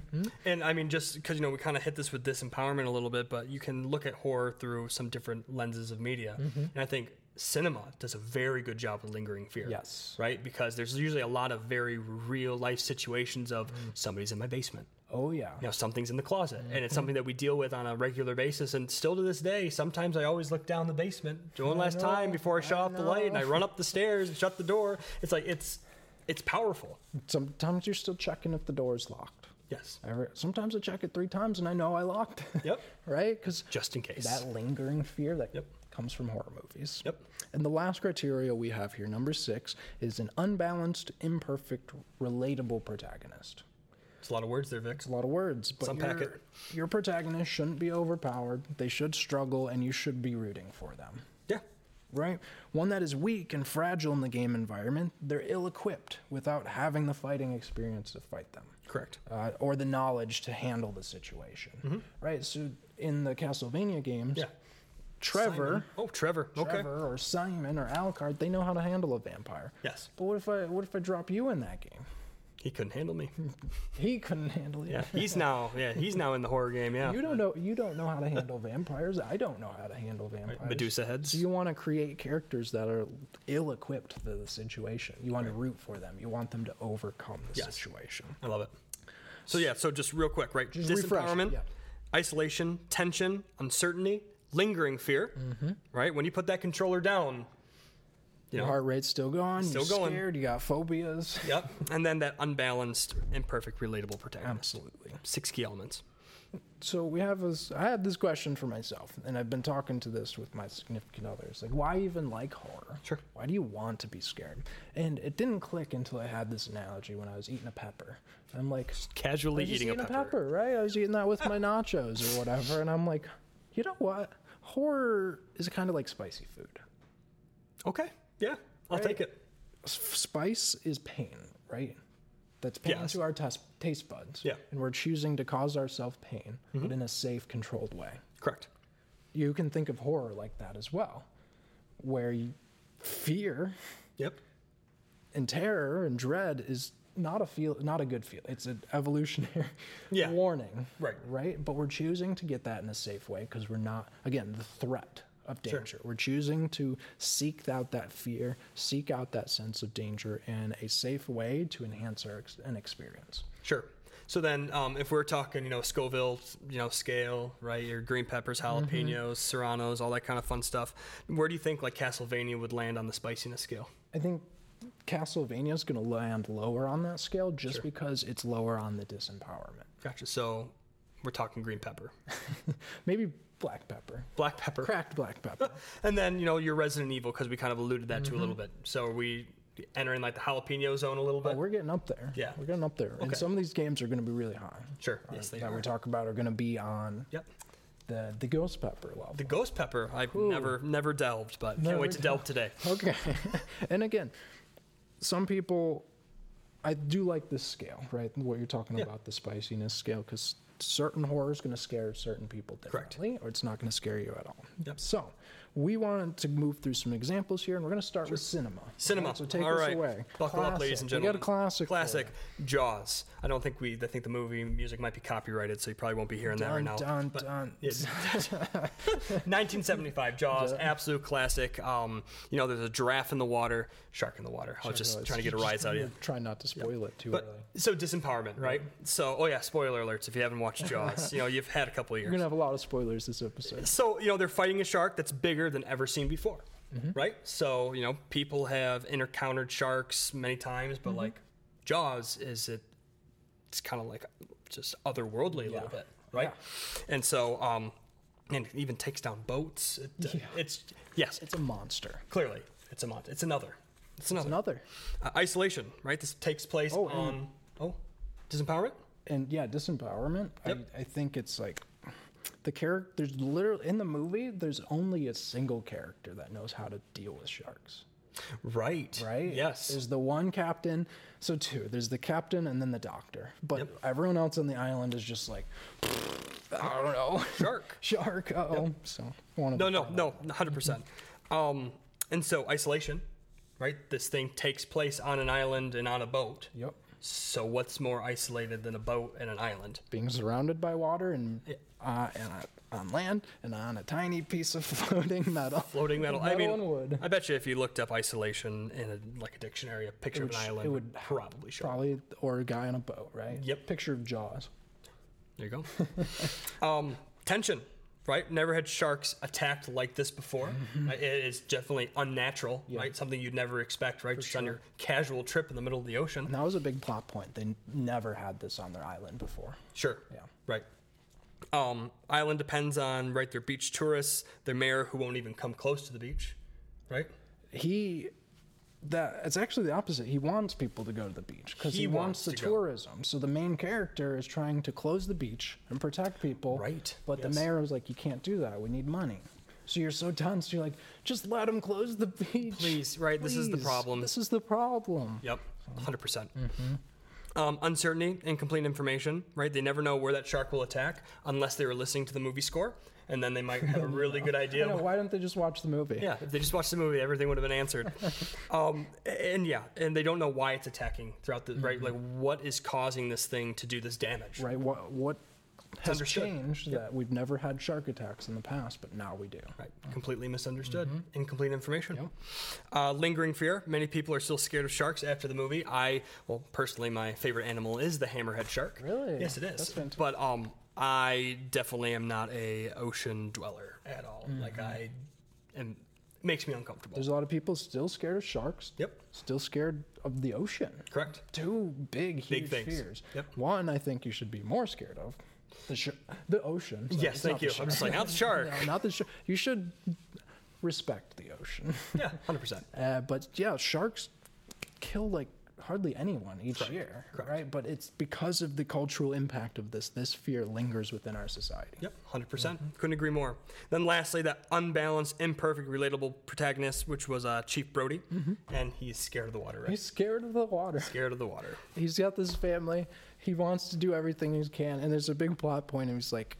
[SPEAKER 2] And I mean, just because, you know, we kind of hit this with disempowerment a little bit, but you can look at horror through some different lenses of media. And I think cinema does a very good job with lingering fear.
[SPEAKER 1] Yes.
[SPEAKER 2] Right? Because there's usually a lot of very real life situations of somebody's in my basement.
[SPEAKER 1] Oh, yeah.
[SPEAKER 2] You know, something's in the closet. And it's
[SPEAKER 1] Mm-hmm.
[SPEAKER 2] something that we deal with on a regular basis. And still to this day, sometimes I always look down the basement one last time
[SPEAKER 1] know,
[SPEAKER 2] before I shut
[SPEAKER 1] I
[SPEAKER 2] off the light and I
[SPEAKER 1] know.
[SPEAKER 2] run up the stairs and shut the door. It's like, it's, it's powerful.
[SPEAKER 1] Sometimes you're still checking if the door's locked.
[SPEAKER 2] Yes.
[SPEAKER 1] Every, sometimes I check it three times and I know I locked it.
[SPEAKER 2] Yep.
[SPEAKER 1] right? Because
[SPEAKER 2] Just in case.
[SPEAKER 1] that lingering fear that
[SPEAKER 2] Yep.
[SPEAKER 1] comes from horror movies.
[SPEAKER 2] Yep.
[SPEAKER 1] And the last criteria we have here, number six, is an unbalanced, imperfect, relatable protagonist.
[SPEAKER 2] It's a lot of words there, Vic.
[SPEAKER 1] It's a lot of words, but
[SPEAKER 2] Let's unpack
[SPEAKER 1] your,
[SPEAKER 2] it.
[SPEAKER 1] your protagonist shouldn't be overpowered. They should struggle, and you should be rooting for them,
[SPEAKER 2] Yeah.
[SPEAKER 1] right? One that is weak and fragile in the game environment, they're ill equipped without having the fighting experience to fight them
[SPEAKER 2] Correct.
[SPEAKER 1] uh, or the knowledge to handle the situation, right? So in the Castlevania games,
[SPEAKER 2] Mm-hmm. Yeah.
[SPEAKER 1] Trevor,
[SPEAKER 2] Simon. Oh, Trevor. Okay.
[SPEAKER 1] Trevor or Simon or Alucard, they know how to handle a vampire.
[SPEAKER 2] Yes.
[SPEAKER 1] But what if I what if I drop you in that game?
[SPEAKER 2] He couldn't handle me.
[SPEAKER 1] He couldn't handle you.
[SPEAKER 2] Yeah. He's now. Yeah. He's now in the horror game. Yeah.
[SPEAKER 1] You don't know. You don't know how to handle vampires. I don't know how to handle vampires.
[SPEAKER 2] Medusa heads.
[SPEAKER 1] So you want to create characters that are ill-equipped to the situation. You want to root for them. You want them to overcome the
[SPEAKER 2] Yes.
[SPEAKER 1] situation.
[SPEAKER 2] I love it. So yeah. So just real quick, right?
[SPEAKER 1] Just refresh,
[SPEAKER 2] Disempowerment,
[SPEAKER 1] yeah.
[SPEAKER 2] isolation, tension, uncertainty, lingering fear.
[SPEAKER 1] Mm-hmm.
[SPEAKER 2] Right. When you put that controller down. You
[SPEAKER 1] Your
[SPEAKER 2] know.
[SPEAKER 1] heart rate's still going.
[SPEAKER 2] Still
[SPEAKER 1] you're
[SPEAKER 2] going.
[SPEAKER 1] scared. You got phobias.
[SPEAKER 2] Yep. And then that unbalanced, imperfect, relatable protagonist.
[SPEAKER 1] Absolutely.
[SPEAKER 2] Six key elements.
[SPEAKER 1] So we have this. I had this question for myself, and I've been talking to this with my significant others. Like, why even like horror?
[SPEAKER 2] Sure.
[SPEAKER 1] Why do you want to be scared? And it didn't click until I had this analogy when I was eating a pepper. I'm like, I
[SPEAKER 2] Casually
[SPEAKER 1] was just
[SPEAKER 2] eating, a pepper.
[SPEAKER 1] right? I was eating that with my nachos or whatever, and I'm like, you know what? Horror is kind of like spicy food.
[SPEAKER 2] Okay. Yeah. I'll take it.
[SPEAKER 1] S- Spice is pain, right? That's pain
[SPEAKER 2] Yes.
[SPEAKER 1] to our tes- taste buds.
[SPEAKER 2] Yeah. Mm-hmm.
[SPEAKER 1] And we're choosing to cause ourselves pain, but in a safe, controlled way.
[SPEAKER 2] Correct.
[SPEAKER 1] You can think of horror like that as well, where you, fear
[SPEAKER 2] Yep.
[SPEAKER 1] and terror and dread is not a feel not a good feel it's an evolutionary
[SPEAKER 2] Yeah.
[SPEAKER 1] warning
[SPEAKER 2] Right.
[SPEAKER 1] right but we're choosing to get that in a safe way because we're not again the threat of danger we're choosing to seek out that fear seek out that sense of danger in a safe way to enhance our ex- an experience
[SPEAKER 2] Sure. So then, um, if we're talking, you know, Scoville, you know, scale, right? Your green peppers, jalapenos,
[SPEAKER 1] Mm-hmm.
[SPEAKER 2] serranos, all that kind of fun stuff. Where do you think like Castlevania would land on the spiciness scale?
[SPEAKER 1] i think castlevania is going to land lower on that scale just because it's lower on the disempowerment
[SPEAKER 2] Gotcha. So we're talking green pepper,
[SPEAKER 1] maybe black pepper
[SPEAKER 2] black pepper,
[SPEAKER 1] cracked black pepper
[SPEAKER 2] and then you know your Resident Evil because we kind of alluded that to a little bit. So are we entering like the jalapeno zone a little bit?
[SPEAKER 1] But Oh, we're getting up there.
[SPEAKER 2] Yeah.
[SPEAKER 1] We're getting up there.
[SPEAKER 2] Okay.
[SPEAKER 1] And some of these games are going to be really high. Uh,
[SPEAKER 2] sure. Yes, they
[SPEAKER 1] that we
[SPEAKER 2] are.
[SPEAKER 1] talk about are going to be on
[SPEAKER 2] Yep.
[SPEAKER 1] the, the ghost pepper level.
[SPEAKER 2] The ghost pepper. I've never never delved, but can't
[SPEAKER 1] Never
[SPEAKER 2] wait to delve today.
[SPEAKER 1] okay. and again, some people, I do like this scale, right? What you're talking
[SPEAKER 2] Yeah.
[SPEAKER 1] about, the spiciness scale, because certain horror is going to scare certain people differently, or it's not going to scare you at all.
[SPEAKER 2] Yep.
[SPEAKER 1] So we wanted to move through some examples here, and we're going to start with cinema.
[SPEAKER 2] Cinema.
[SPEAKER 1] Right, So take
[SPEAKER 2] All
[SPEAKER 1] us
[SPEAKER 2] right.
[SPEAKER 1] away.
[SPEAKER 2] Buckle up,
[SPEAKER 1] Classic.
[SPEAKER 2] ladies and gentlemen.
[SPEAKER 1] We got a classic. for
[SPEAKER 2] Classic.
[SPEAKER 1] you.
[SPEAKER 2] Jaws. I don't think we. I think the movie music might be copyrighted, so you probably won't be hearing that right
[SPEAKER 1] Dun,
[SPEAKER 2] now.
[SPEAKER 1] dun,
[SPEAKER 2] But-
[SPEAKER 1] dun.
[SPEAKER 2] Yeah. 1975. Jaws. Absolute classic. Um, you know, there's a giraffe in the water, shark in the water. I was just
[SPEAKER 1] Otherwise,
[SPEAKER 2] trying to get a
[SPEAKER 1] just
[SPEAKER 2] rise out of you.
[SPEAKER 1] Try not to spoil it too early.
[SPEAKER 2] But so disempowerment, right? So, oh yeah, spoiler alerts if you haven't watched Jaws. you know, you've had a couple of years.
[SPEAKER 1] We're gonna have a lot of spoilers this episode.
[SPEAKER 2] So, you know, they're fighting a shark that's bigger than ever seen before,
[SPEAKER 1] Mm-hmm.
[SPEAKER 2] right? So, you know, people have encountered sharks many times,
[SPEAKER 1] Mm-hmm.
[SPEAKER 2] but like Jaws is it, it's kind of like just otherworldly a little
[SPEAKER 1] Yeah.
[SPEAKER 2] bit, right? And so, um, and it even takes down boats. It, uh,
[SPEAKER 1] Yeah.
[SPEAKER 2] It's yes,
[SPEAKER 1] It's a monster.
[SPEAKER 2] clearly it's a month. It's another. It's another.
[SPEAKER 1] Another.
[SPEAKER 2] Uh, isolation, right? This takes place
[SPEAKER 1] Oh, and-
[SPEAKER 2] on oh, disempowerment.
[SPEAKER 1] and yeah, disempowerment.
[SPEAKER 2] Yep.
[SPEAKER 1] I, I think it's like the character. There's literally in the movie. There's only a single character that knows how to deal with sharks.
[SPEAKER 2] Right.
[SPEAKER 1] Right.
[SPEAKER 2] Yes.
[SPEAKER 1] There's the one captain. So two. There's the captain and then the doctor. But everyone else on the island is just like, I don't know,
[SPEAKER 2] Shark.
[SPEAKER 1] shark. Oh, so one of
[SPEAKER 2] No,
[SPEAKER 1] the
[SPEAKER 2] no, no, hundred percent. Um, and so isolation, right? This thing takes place on an island and on a boat.
[SPEAKER 1] Yep.
[SPEAKER 2] So what's more isolated than a boat and an island?
[SPEAKER 1] Being surrounded by water and uh, and uh, on land and on a tiny piece of floating metal.
[SPEAKER 2] Floating metal. I
[SPEAKER 1] Metal
[SPEAKER 2] mean,
[SPEAKER 1] and wood.
[SPEAKER 2] I bet you if you looked up isolation in a, like a dictionary, a picture of an island,
[SPEAKER 1] it would
[SPEAKER 2] probably show.
[SPEAKER 1] Probably or a guy on a boat, right?
[SPEAKER 2] Yep.
[SPEAKER 1] Picture of Jaws.
[SPEAKER 2] There you go. um, tension, right? Never had sharks attacked like this before.
[SPEAKER 1] Mm-hmm.
[SPEAKER 2] Uh, It is definitely unnatural, right? Something you'd never expect, right? Just on your casual trip in the middle of the ocean.
[SPEAKER 1] And that was a big plot point. They n- never had this on their island before.
[SPEAKER 2] Sure. Yeah. Right. Um, island depends on right their beach tourists, their mayor who won't even come close to the beach, right?
[SPEAKER 1] He, that it's actually the opposite. He wants people to go to the beach because he,
[SPEAKER 2] He
[SPEAKER 1] wants,
[SPEAKER 2] wants
[SPEAKER 1] the
[SPEAKER 2] to go.
[SPEAKER 1] tourism. So the main character is trying to close the beach and protect people.
[SPEAKER 2] Right,
[SPEAKER 1] But the
[SPEAKER 2] yes.
[SPEAKER 1] mayor was like, "You can't do that. We need money." So you're so tense. You're like, "Just let him close the beach."
[SPEAKER 2] Please, right? This is the
[SPEAKER 1] Please.
[SPEAKER 2] problem.
[SPEAKER 1] This is the problem.
[SPEAKER 2] Yep, 100%. percent Um, uncertainty, incomplete information, right? They never know where that shark will attack unless they were listening to the movie score, and then they might have a really good
[SPEAKER 1] I
[SPEAKER 2] idea.
[SPEAKER 1] know, why didn't they just watch the movie?
[SPEAKER 2] Yeah, if they just watched the movie, everything would have been answered. um, and yeah, and they don't know why it's attacking throughout the, right? Like, what is causing this thing to do this damage?
[SPEAKER 1] Right. What what has
[SPEAKER 2] understood.
[SPEAKER 1] changed that we've never had shark attacks in the past, but now we do.
[SPEAKER 2] Right. Completely misunderstood.
[SPEAKER 1] Mm-hmm.
[SPEAKER 2] Incomplete information. Uh, lingering fear. Many people are still scared of sharks after the movie. I, well, personally, my favorite animal is the hammerhead shark.
[SPEAKER 1] Really?
[SPEAKER 2] Yes, it is.
[SPEAKER 1] That's fantastic.
[SPEAKER 2] But um, I definitely am not a ocean dweller at all.
[SPEAKER 1] Mm-hmm.
[SPEAKER 2] Like I, am it makes me uncomfortable.
[SPEAKER 1] There's a lot of people still scared of sharks.
[SPEAKER 2] Yep.
[SPEAKER 1] Still scared of the ocean.
[SPEAKER 2] Correct.
[SPEAKER 1] Two big, huge
[SPEAKER 2] Big things.
[SPEAKER 1] fears.
[SPEAKER 2] Yep.
[SPEAKER 1] One, I think you should be more scared of the sh- the ocean. Sorry,
[SPEAKER 2] yes,
[SPEAKER 1] it's not
[SPEAKER 2] thank
[SPEAKER 1] the
[SPEAKER 2] you.
[SPEAKER 1] shark.
[SPEAKER 2] I'm just like not the shark.
[SPEAKER 1] No, not the shark. You should respect the ocean.
[SPEAKER 2] yeah, hundred percent.
[SPEAKER 1] Uh, but yeah, sharks kill like hardly anyone each year, right? But it's because of the cultural impact of this. This fear lingers within our society.
[SPEAKER 2] Yep, 100%. percent
[SPEAKER 1] Mm-hmm.
[SPEAKER 2] Couldn't agree more. Then, lastly, that unbalanced, imperfect, relatable protagonist, which was uh, Chief Brody, and he's scared of the water, right?
[SPEAKER 1] Mm-hmm. He's scared of the water.
[SPEAKER 2] scared of the water.
[SPEAKER 1] he's got this family. He wants to do everything he can, and there's a big plot point. And he's like,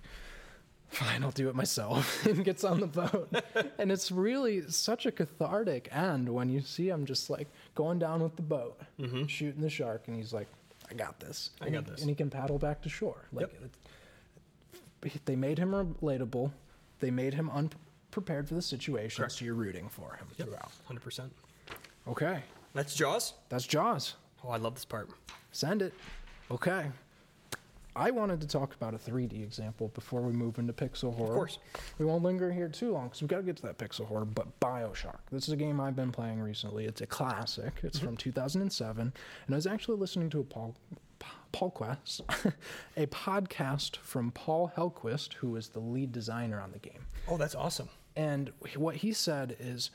[SPEAKER 1] "Fine, I'll do it myself," and gets on the boat. and it's really such a cathartic end when you see him just like going down with the boat, shooting the shark, and he's like, "I got this. I
[SPEAKER 2] Mm-hmm. got this.
[SPEAKER 1] And he can paddle back to shore. Like,
[SPEAKER 2] Yep.
[SPEAKER 1] it- they made him relatable. They made him unprepared for the situation. So you're rooting for him throughout.
[SPEAKER 2] 100%.
[SPEAKER 1] Okay,
[SPEAKER 2] That's Jaws.
[SPEAKER 1] that's Jaws.
[SPEAKER 2] Oh, I love this part.
[SPEAKER 1] Send it. Okay. I wanted to talk about a 3D example before we move into pixel horror.
[SPEAKER 2] course.
[SPEAKER 1] We won't linger here too long because we've got to get to that pixel horror, but Bioshock. This is a game I've been playing recently. It's a classic. It's from 2007. And I was actually listening to a Paul. Paul Quest, a podcast from Paul Helquist, who is the lead designer on the game.
[SPEAKER 2] Oh, that's awesome.
[SPEAKER 1] And he- what he said is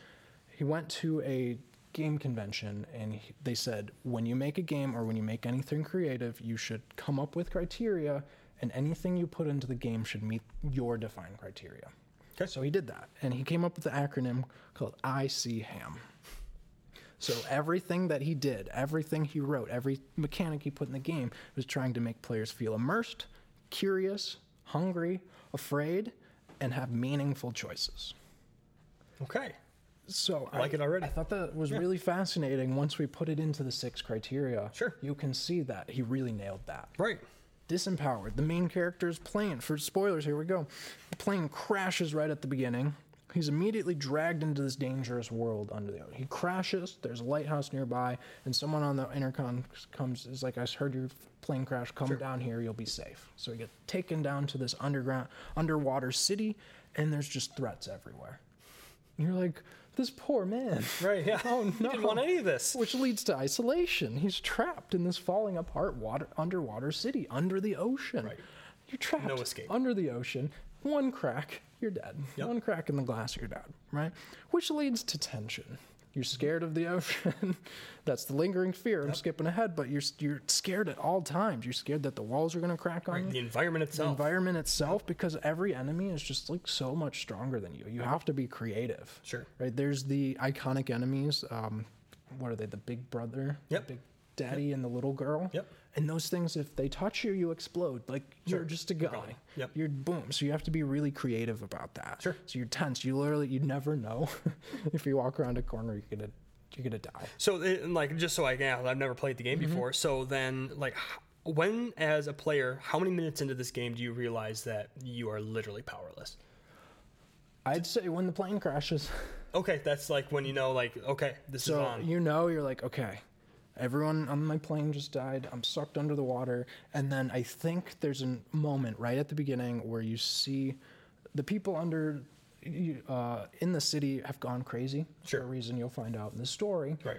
[SPEAKER 1] he went to a game convention and he, they said, when you make a game or when you make anything creative, you should come up with criteria and anything you put into the game should meet your defined criteria.
[SPEAKER 2] 'Kay.
[SPEAKER 1] So he did that. And he came up with the acronym called ICHAM. So everything that he did, everything he wrote, every mechanic he put in the game was trying to make players feel immersed, curious, hungry, afraid, and have meaningful choices.
[SPEAKER 2] Okay.
[SPEAKER 1] So I
[SPEAKER 2] like it already.
[SPEAKER 1] I thought that was really fascinating. Once we put it into the six criteria,
[SPEAKER 2] Sure.
[SPEAKER 1] you can see that he really nailed that.
[SPEAKER 2] Right.
[SPEAKER 1] Disempowered. The main character's plane. For spoilers, here we go. The plane crashes right at the beginning. He's immediately dragged into this dangerous world under the ocean. He crashes. There's a lighthouse nearby, and someone on the intercom comes. Is like, "I heard your plane crash. Come down here. You'll be safe." So he gets taken down to this underground, underwater city, and there's just threats everywhere. And you're like, "This poor man."
[SPEAKER 2] Right. Yeah.
[SPEAKER 1] Oh,
[SPEAKER 2] He didn't
[SPEAKER 1] no.
[SPEAKER 2] want any of this.
[SPEAKER 1] Which leads to isolation. He's trapped in this falling apart water underwater city under the ocean. You're trapped
[SPEAKER 2] No escape.
[SPEAKER 1] under the ocean. One crack, you're dead.
[SPEAKER 2] Yep.
[SPEAKER 1] One crack in the glass, you're dead, right? Which leads to tension. You're scared of the ocean. That's the lingering fear. I'm skipping ahead, but you're you're scared at all times. You're scared that the walls are going to crack on you
[SPEAKER 2] The environment itself.
[SPEAKER 1] environment itself because every enemy is just like so much stronger than you. You have to be creative.
[SPEAKER 2] Sure.
[SPEAKER 1] Right? There's the iconic enemies. Um, what are they? The big brother,
[SPEAKER 2] Yep.
[SPEAKER 1] the big daddy, and the little girl.
[SPEAKER 2] Yep.
[SPEAKER 1] And those things, if they touch you, you explode. Like you're just a guy.
[SPEAKER 2] gone. Yep.
[SPEAKER 1] You're boom. So you have to be really creative about that.
[SPEAKER 2] Sure.
[SPEAKER 1] So you're tense. You literally, you never know if you walk around a corner, you're gonna, you're gonna die.
[SPEAKER 2] So, it, and, like, just so I can, I've never played the game before. So then, like, h- when as a player, how many minutes into this game do you realize that you are literally powerless?
[SPEAKER 1] I'd say when the plane crashes.
[SPEAKER 2] Okay, that's like when you know, like, okay, this is
[SPEAKER 1] So
[SPEAKER 2] on.
[SPEAKER 1] you know, you're like, okay, everyone on my plane just died. I'm sucked under the water. And then I think there's a moment right at the beginning where you see the people under you- uh, in the city have gone crazy
[SPEAKER 2] Sure.
[SPEAKER 1] for a reason you'll find out in the story.
[SPEAKER 2] right.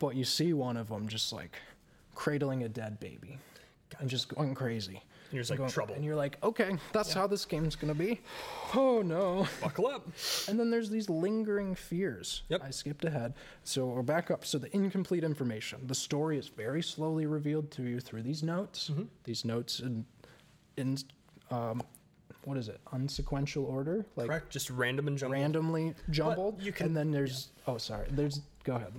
[SPEAKER 1] But you see one of them just like cradling a dead baby and just going crazy.
[SPEAKER 2] And you're just like,
[SPEAKER 1] Going-
[SPEAKER 2] trouble.
[SPEAKER 1] And you're like, okay, that's how this game's gonna be. Oh no.
[SPEAKER 2] Buckle up.
[SPEAKER 1] And then there's these lingering fears.
[SPEAKER 2] Yep.
[SPEAKER 1] I skipped ahead. So we're back up. So the incomplete information. The story is very slowly revealed to you through these notes.
[SPEAKER 2] Mm-hmm.
[SPEAKER 1] These notes in, in um, what is it? Unsequential order? Like
[SPEAKER 2] Correct. Just random and jumbled.
[SPEAKER 1] randomly jumbled.
[SPEAKER 2] you can-
[SPEAKER 1] and then there's, oh, sorry. There's, go ahead.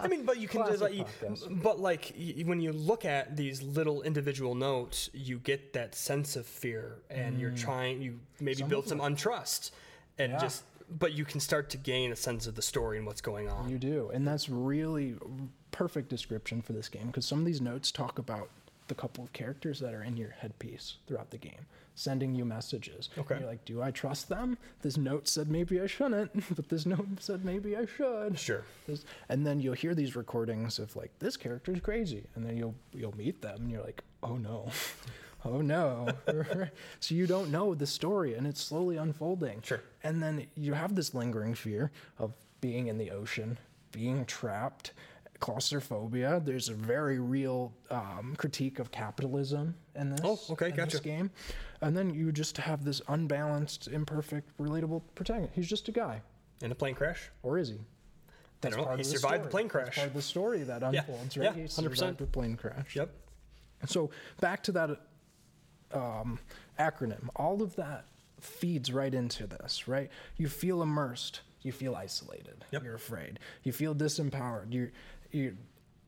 [SPEAKER 2] I mean, but you can just like,
[SPEAKER 1] Classic podcast.
[SPEAKER 2] but like y- when you look at these little individual notes, you get that sense of fear, and you're
[SPEAKER 1] Mm.
[SPEAKER 2] trying, you maybe build some untrust, and
[SPEAKER 1] Yeah.
[SPEAKER 2] just, but you can start to gain a sense of the story and what's going on.
[SPEAKER 1] You do. And that's really perfect description for this game because some of these notes talk about the couple of characters that are in your headpiece throughout the game sending you messages. And
[SPEAKER 2] Okay.
[SPEAKER 1] You're like, do I trust them? This note said maybe I shouldn't, but this note said maybe I should.
[SPEAKER 2] Sure.
[SPEAKER 1] This- And then you'll hear these recordings of like this character's crazy and then you'll you'll meet them and you're like, "Oh no." Oh no. so you don't know the story and it's slowly unfolding.
[SPEAKER 2] Sure.
[SPEAKER 1] And then you have this lingering fear of being in the ocean, being trapped, claustrophobia. There's a very real um, critique of capitalism in this.
[SPEAKER 2] Oh, okay,
[SPEAKER 1] in this
[SPEAKER 2] gotcha.
[SPEAKER 1] game. And then you just have this unbalanced, imperfect, relatable protagonist. He's just a guy,
[SPEAKER 2] In a plane crash,
[SPEAKER 1] or is he? That's
[SPEAKER 2] know. He
[SPEAKER 1] the
[SPEAKER 2] survived the
[SPEAKER 1] story.
[SPEAKER 2] plane
[SPEAKER 1] That's
[SPEAKER 2] crash.
[SPEAKER 1] part of the story that unfolds,
[SPEAKER 2] yeah,
[SPEAKER 1] right? He
[SPEAKER 2] 100%.
[SPEAKER 1] survived the plane crash.
[SPEAKER 2] yep,
[SPEAKER 1] So back to that um, acronym. All of that feeds right into this, right? You feel immersed. You feel isolated.
[SPEAKER 2] Yep.
[SPEAKER 1] You're afraid. You feel disempowered. You, you.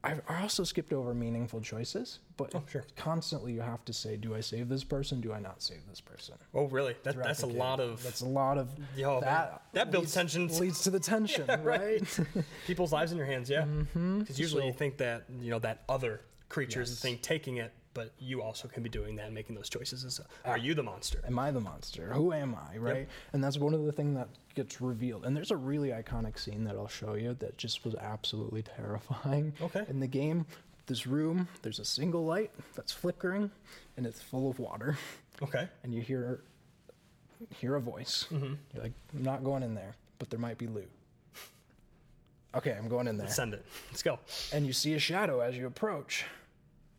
[SPEAKER 1] I've I also skipped over meaningful choices, but
[SPEAKER 2] Oh, sure.
[SPEAKER 1] constantly you have to say, "Do I save this person? Do I not save this person?"
[SPEAKER 2] oh really? That,
[SPEAKER 1] throughout
[SPEAKER 2] that's
[SPEAKER 1] the
[SPEAKER 2] a
[SPEAKER 1] game.
[SPEAKER 2] lot of
[SPEAKER 1] That's a lot of
[SPEAKER 2] Yo, man,
[SPEAKER 1] that.
[SPEAKER 2] that builds
[SPEAKER 1] leads-
[SPEAKER 2] tension.
[SPEAKER 1] Leads to the tension, right?
[SPEAKER 2] people's lives in your hands. Yeah, because usually you think that you know that other creature is the
[SPEAKER 1] Mm-hmm. Yes.
[SPEAKER 2] thing taking it, but you also can be doing that, and making those choices. As
[SPEAKER 1] Ah.
[SPEAKER 2] are you the monster?
[SPEAKER 1] am I the monster? Who am I? Right? And that's one of the things that gets revealed. And there's a really iconic scene that I'll show you that just was absolutely terrifying.
[SPEAKER 2] Okay.
[SPEAKER 1] In the game, this room, there's a single light that's flickering and it's full of water.
[SPEAKER 2] Okay.
[SPEAKER 1] And you hear hear a voice.
[SPEAKER 2] Mm-hmm.
[SPEAKER 1] You're like, I'm not going in there, but there might be loot. Okay, I'm going in there.
[SPEAKER 2] Send it. Let's go.
[SPEAKER 1] And you see a shadow as you approach.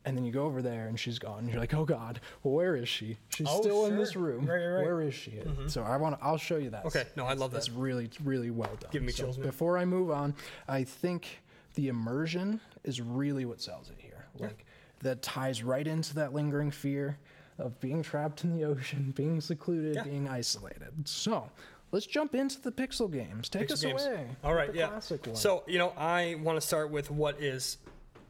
[SPEAKER 1] And then you go over there and she's gone. You're like, oh God, where is she? She's
[SPEAKER 2] Oh,
[SPEAKER 1] still in this
[SPEAKER 2] sure.
[SPEAKER 1] room.
[SPEAKER 2] Right, right, right.
[SPEAKER 1] Where is she? So I want to, I'll show you that.
[SPEAKER 2] Okay, no, I love
[SPEAKER 1] That's
[SPEAKER 2] that.
[SPEAKER 1] really, really well done.
[SPEAKER 2] Giving me
[SPEAKER 1] So
[SPEAKER 2] chills, man.
[SPEAKER 1] Before I move on, I think the immersion is really what sells it here. Like that ties right into that lingering fear of being trapped in the ocean, being secluded,
[SPEAKER 2] Yeah.
[SPEAKER 1] being isolated. So let's jump into the pixel games. Take us
[SPEAKER 2] games.
[SPEAKER 1] away.
[SPEAKER 2] All
[SPEAKER 1] with
[SPEAKER 2] right,
[SPEAKER 1] the
[SPEAKER 2] yeah.
[SPEAKER 1] Classic one.
[SPEAKER 2] So you know, I want to start with what is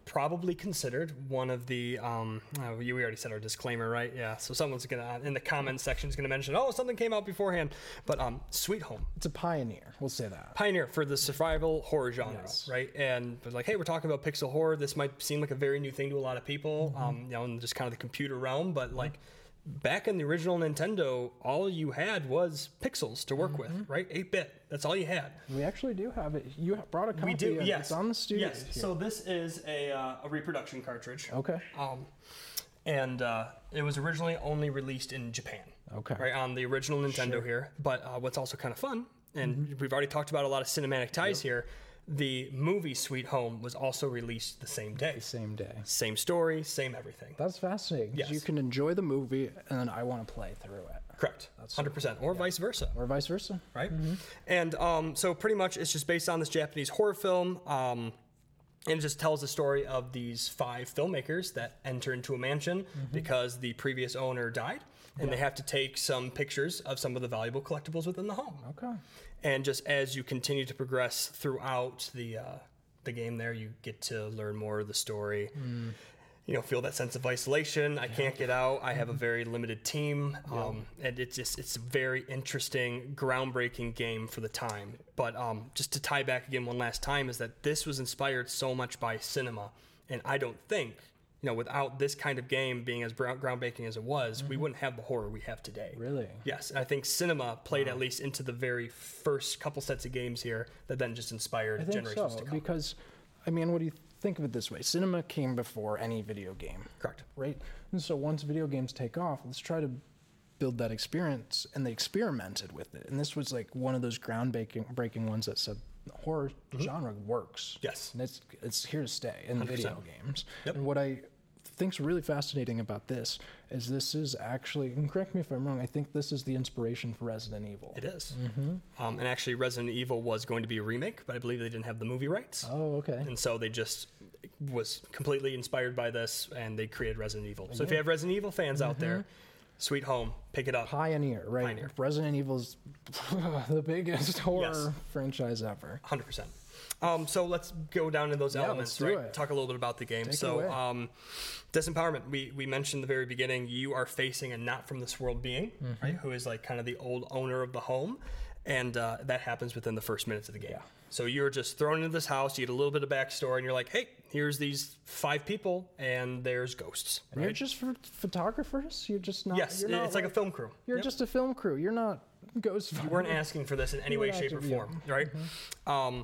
[SPEAKER 2] probably considered one of the. Um, uh, we we already said our disclaimer, right? Yeah. So someone's gonna in the comments section is gonna mention, oh, something came out beforehand, but um, Sweet Home.
[SPEAKER 1] it's a pioneer. We'll say that.
[SPEAKER 2] pioneer for the survival horror genre, right? And but like, hey, we're talking about pixel horror. This might seem like a very new thing to a lot of people,
[SPEAKER 1] Mm-hmm.
[SPEAKER 2] um, you know, in just kind of the computer realm. But like, back in the original Nintendo, all you had was pixels to work
[SPEAKER 1] Mm-hmm.
[SPEAKER 2] with, right? Eight bit. That's all you had.
[SPEAKER 1] We actually do have it. You ha- brought a copy.
[SPEAKER 2] We do.
[SPEAKER 1] of it.
[SPEAKER 2] Yes.
[SPEAKER 1] It's on the studio.
[SPEAKER 2] Yes.
[SPEAKER 1] here.
[SPEAKER 2] So this is a uh, a reproduction cartridge.
[SPEAKER 1] okay.
[SPEAKER 2] Um, and uh, it was originally only released in Japan.
[SPEAKER 1] Okay.
[SPEAKER 2] Right on the original
[SPEAKER 1] Mm-hmm.
[SPEAKER 2] Nintendo here. But uh, what's also kind of fun, and we've already talked about a lot of cinematic ties here. the movie Sweet Home was also released the same day.
[SPEAKER 1] Same day.
[SPEAKER 2] Same story, same everything.
[SPEAKER 1] That's fascinating. 'cause You
[SPEAKER 2] Yes.
[SPEAKER 1] can enjoy the movie and then I want to play through it,
[SPEAKER 2] Correct. 100%. Or vice versa.
[SPEAKER 1] or vice versa.
[SPEAKER 2] right? And um, so pretty much it's just based on this Japanese horror film. Um, and it just tells the story of these five filmmakers that enter into a mansion because the previous owner died. And they have to take some pictures of some of the valuable collectibles within the home.
[SPEAKER 1] Okay.
[SPEAKER 2] And just as you continue to progress throughout the uh, the game, there you get to learn more of the story. You know, feel that sense of isolation. I can't get out. I have a very limited team, um, and it's just it's a very interesting, groundbreaking game for the time. But um, just to tie back again one last time is that this was inspired so much by cinema, and I don't think you know without this kind of game being as brown- groundbreaking as it was, we wouldn't have the horror we have today.
[SPEAKER 1] Really?
[SPEAKER 2] Yes, and I think cinema played at least into the very first couple sets of games here that then just inspired
[SPEAKER 1] I think
[SPEAKER 2] generations
[SPEAKER 1] so
[SPEAKER 2] to come.
[SPEAKER 1] because, I mean, what do you think of it this way? Cinema came before any video game,
[SPEAKER 2] Correct.
[SPEAKER 1] right? And so once video games take off, let's try to build that experience, and they experimented with it. And this was like one of those groundbreaking breaking ones that said the horror genre works.
[SPEAKER 2] Mm-hmm. Yes.
[SPEAKER 1] and it's it's here to stay in video games.
[SPEAKER 2] Yep.
[SPEAKER 1] And what I think's really fascinating about this is this is actually, and correct me if I'm wrong, I think this is the inspiration for Resident Evil.
[SPEAKER 2] It is.
[SPEAKER 1] Mm-hmm.
[SPEAKER 2] Um, and actually, Resident Evil was going to be a remake, but I believe they didn't have the movie rights.
[SPEAKER 1] Oh, okay.
[SPEAKER 2] And so they just was completely inspired by this, and they created Resident Evil.
[SPEAKER 1] Oh,
[SPEAKER 2] So if you have Resident Evil fans out there,
[SPEAKER 1] Mm-hmm.
[SPEAKER 2] Sweet Home, pick it up.
[SPEAKER 1] pioneer, right?
[SPEAKER 2] Pioneer.
[SPEAKER 1] Resident Evil's the biggest horror franchise ever.
[SPEAKER 2] 100%. Um, so let's go down to those elements,
[SPEAKER 1] let's do
[SPEAKER 2] right?
[SPEAKER 1] it.
[SPEAKER 2] Talk a little bit about the game.
[SPEAKER 1] Take it away.
[SPEAKER 2] so, um, disempowerment. We, we mentioned in the very beginning you are facing a not from this world being,
[SPEAKER 1] Mm-hmm.
[SPEAKER 2] right? Who is like kind of the old owner of the home. And uh, that happens within the first minutes of the game. So you're just thrown into this house, you get a little bit of backstory, and you're like, hey, here's these five people, and there's ghosts.
[SPEAKER 1] And You're just for photographers. You're just not.
[SPEAKER 2] Yes,
[SPEAKER 1] you're
[SPEAKER 2] it-
[SPEAKER 1] not
[SPEAKER 2] it's like, a film crew.
[SPEAKER 1] You're
[SPEAKER 2] Yep.
[SPEAKER 1] just a film crew. You're not ghost.
[SPEAKER 2] We weren't asking for this in any way,
[SPEAKER 1] Not
[SPEAKER 2] shape,
[SPEAKER 1] to
[SPEAKER 2] or
[SPEAKER 1] be-
[SPEAKER 2] form, right? Um,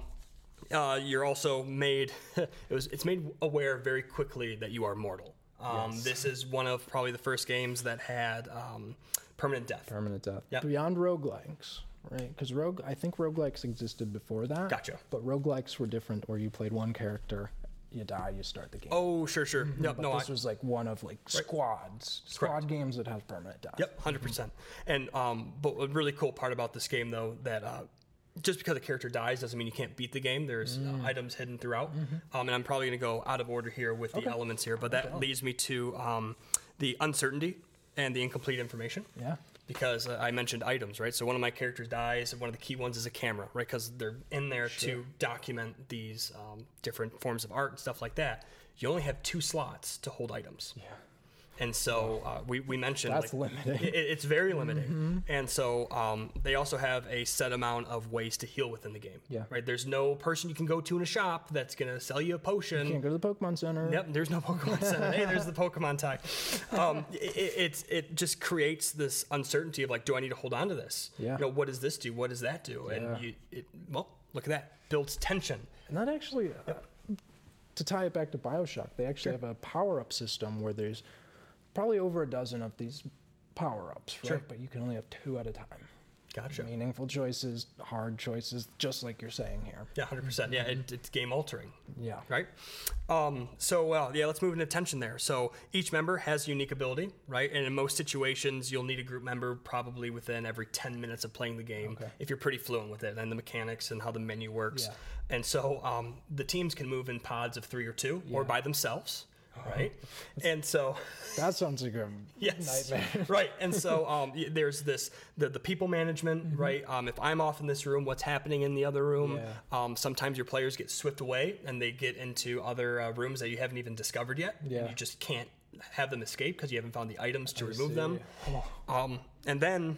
[SPEAKER 2] uh, you're also made it was it's made aware very quickly that you are mortal. Um, This is one of probably the first games that had um, permanent death.
[SPEAKER 1] permanent death.
[SPEAKER 2] Yep.
[SPEAKER 1] Beyond roguelikes, right? Because rogue, I think roguelikes existed before that.
[SPEAKER 2] Gotcha.
[SPEAKER 1] But roguelikes were different, where you played one character, you die, you start the game.
[SPEAKER 2] Oh, sure, sure. Yep, no, I,
[SPEAKER 1] This was like one of like squads, squad games that has permanent death.
[SPEAKER 2] Yep, hundred percent. And um, but a really cool part about this game though that uh, just because a character dies doesn't mean you can't beat the game. There's uh, items hidden throughout. Um, and I'm probably gonna go out of order here with the elements here, but that leads me to um, the uncertainty and the incomplete information.
[SPEAKER 1] Yeah.
[SPEAKER 2] Because uh, I mentioned items, right? So one of my characters dies, and one of the key ones is a camera, right? Because they're in there to document these um, different forms of art and stuff like that. You only have two slots to hold items. Yeah. And so uh, we, we mentioned
[SPEAKER 1] That's
[SPEAKER 2] like,
[SPEAKER 1] limiting. Mm-hmm.
[SPEAKER 2] it, it's very limiting. And so um, they also have a set amount of ways to heal within the game.
[SPEAKER 1] Yeah.
[SPEAKER 2] Right. There's no person you can go to in a shop that's gonna sell you a potion.
[SPEAKER 1] Can't go to the Pokemon Center.
[SPEAKER 2] Yep, there's no Pokemon Center. Hey, there's the Pokemon tie. Um, i- i- it's it just creates this uncertainty of like, do I need to hold on to this?
[SPEAKER 1] Yeah.
[SPEAKER 2] You know, what does this do? What does that do?
[SPEAKER 1] Yeah.
[SPEAKER 2] And you, it, well, look at that. Builds tension.
[SPEAKER 1] And that actually, uh, to tie it back to Bioshock, they actually have a power up system where there's probably over a dozen of these power ups, right?
[SPEAKER 2] Sure.
[SPEAKER 1] But you can only have two at a time.
[SPEAKER 2] Gotcha.
[SPEAKER 1] Meaningful choices, hard choices, just like you're saying here.
[SPEAKER 2] Yeah, hundred percent. Yeah, it, it's game altering.
[SPEAKER 1] Yeah.
[SPEAKER 2] Right. Um, so uh, yeah, let's move into tension there. So each member has unique ability, right? And in most situations, you'll need a group member probably within every ten minutes of playing the game
[SPEAKER 1] Okay.
[SPEAKER 2] if you're pretty fluent with it and the mechanics and how the menu works.
[SPEAKER 1] Yeah.
[SPEAKER 2] And so um, the teams can move in pods of three or two or by themselves.
[SPEAKER 1] Oh.
[SPEAKER 2] Right, and so
[SPEAKER 1] That sounds like a
[SPEAKER 2] yes,
[SPEAKER 1] nightmare.
[SPEAKER 2] right, and so um, y- there's this the, the people management,
[SPEAKER 1] Mm-hmm.
[SPEAKER 2] right? Um, if I'm off in this room, what's happening in the other room?
[SPEAKER 1] Yeah.
[SPEAKER 2] Um, sometimes your players get swept away and they get into other uh, rooms that you haven't even discovered yet. and
[SPEAKER 1] Yeah.
[SPEAKER 2] you just can't have them escape because you haven't found the items to remove
[SPEAKER 1] see.
[SPEAKER 2] them. Um, and then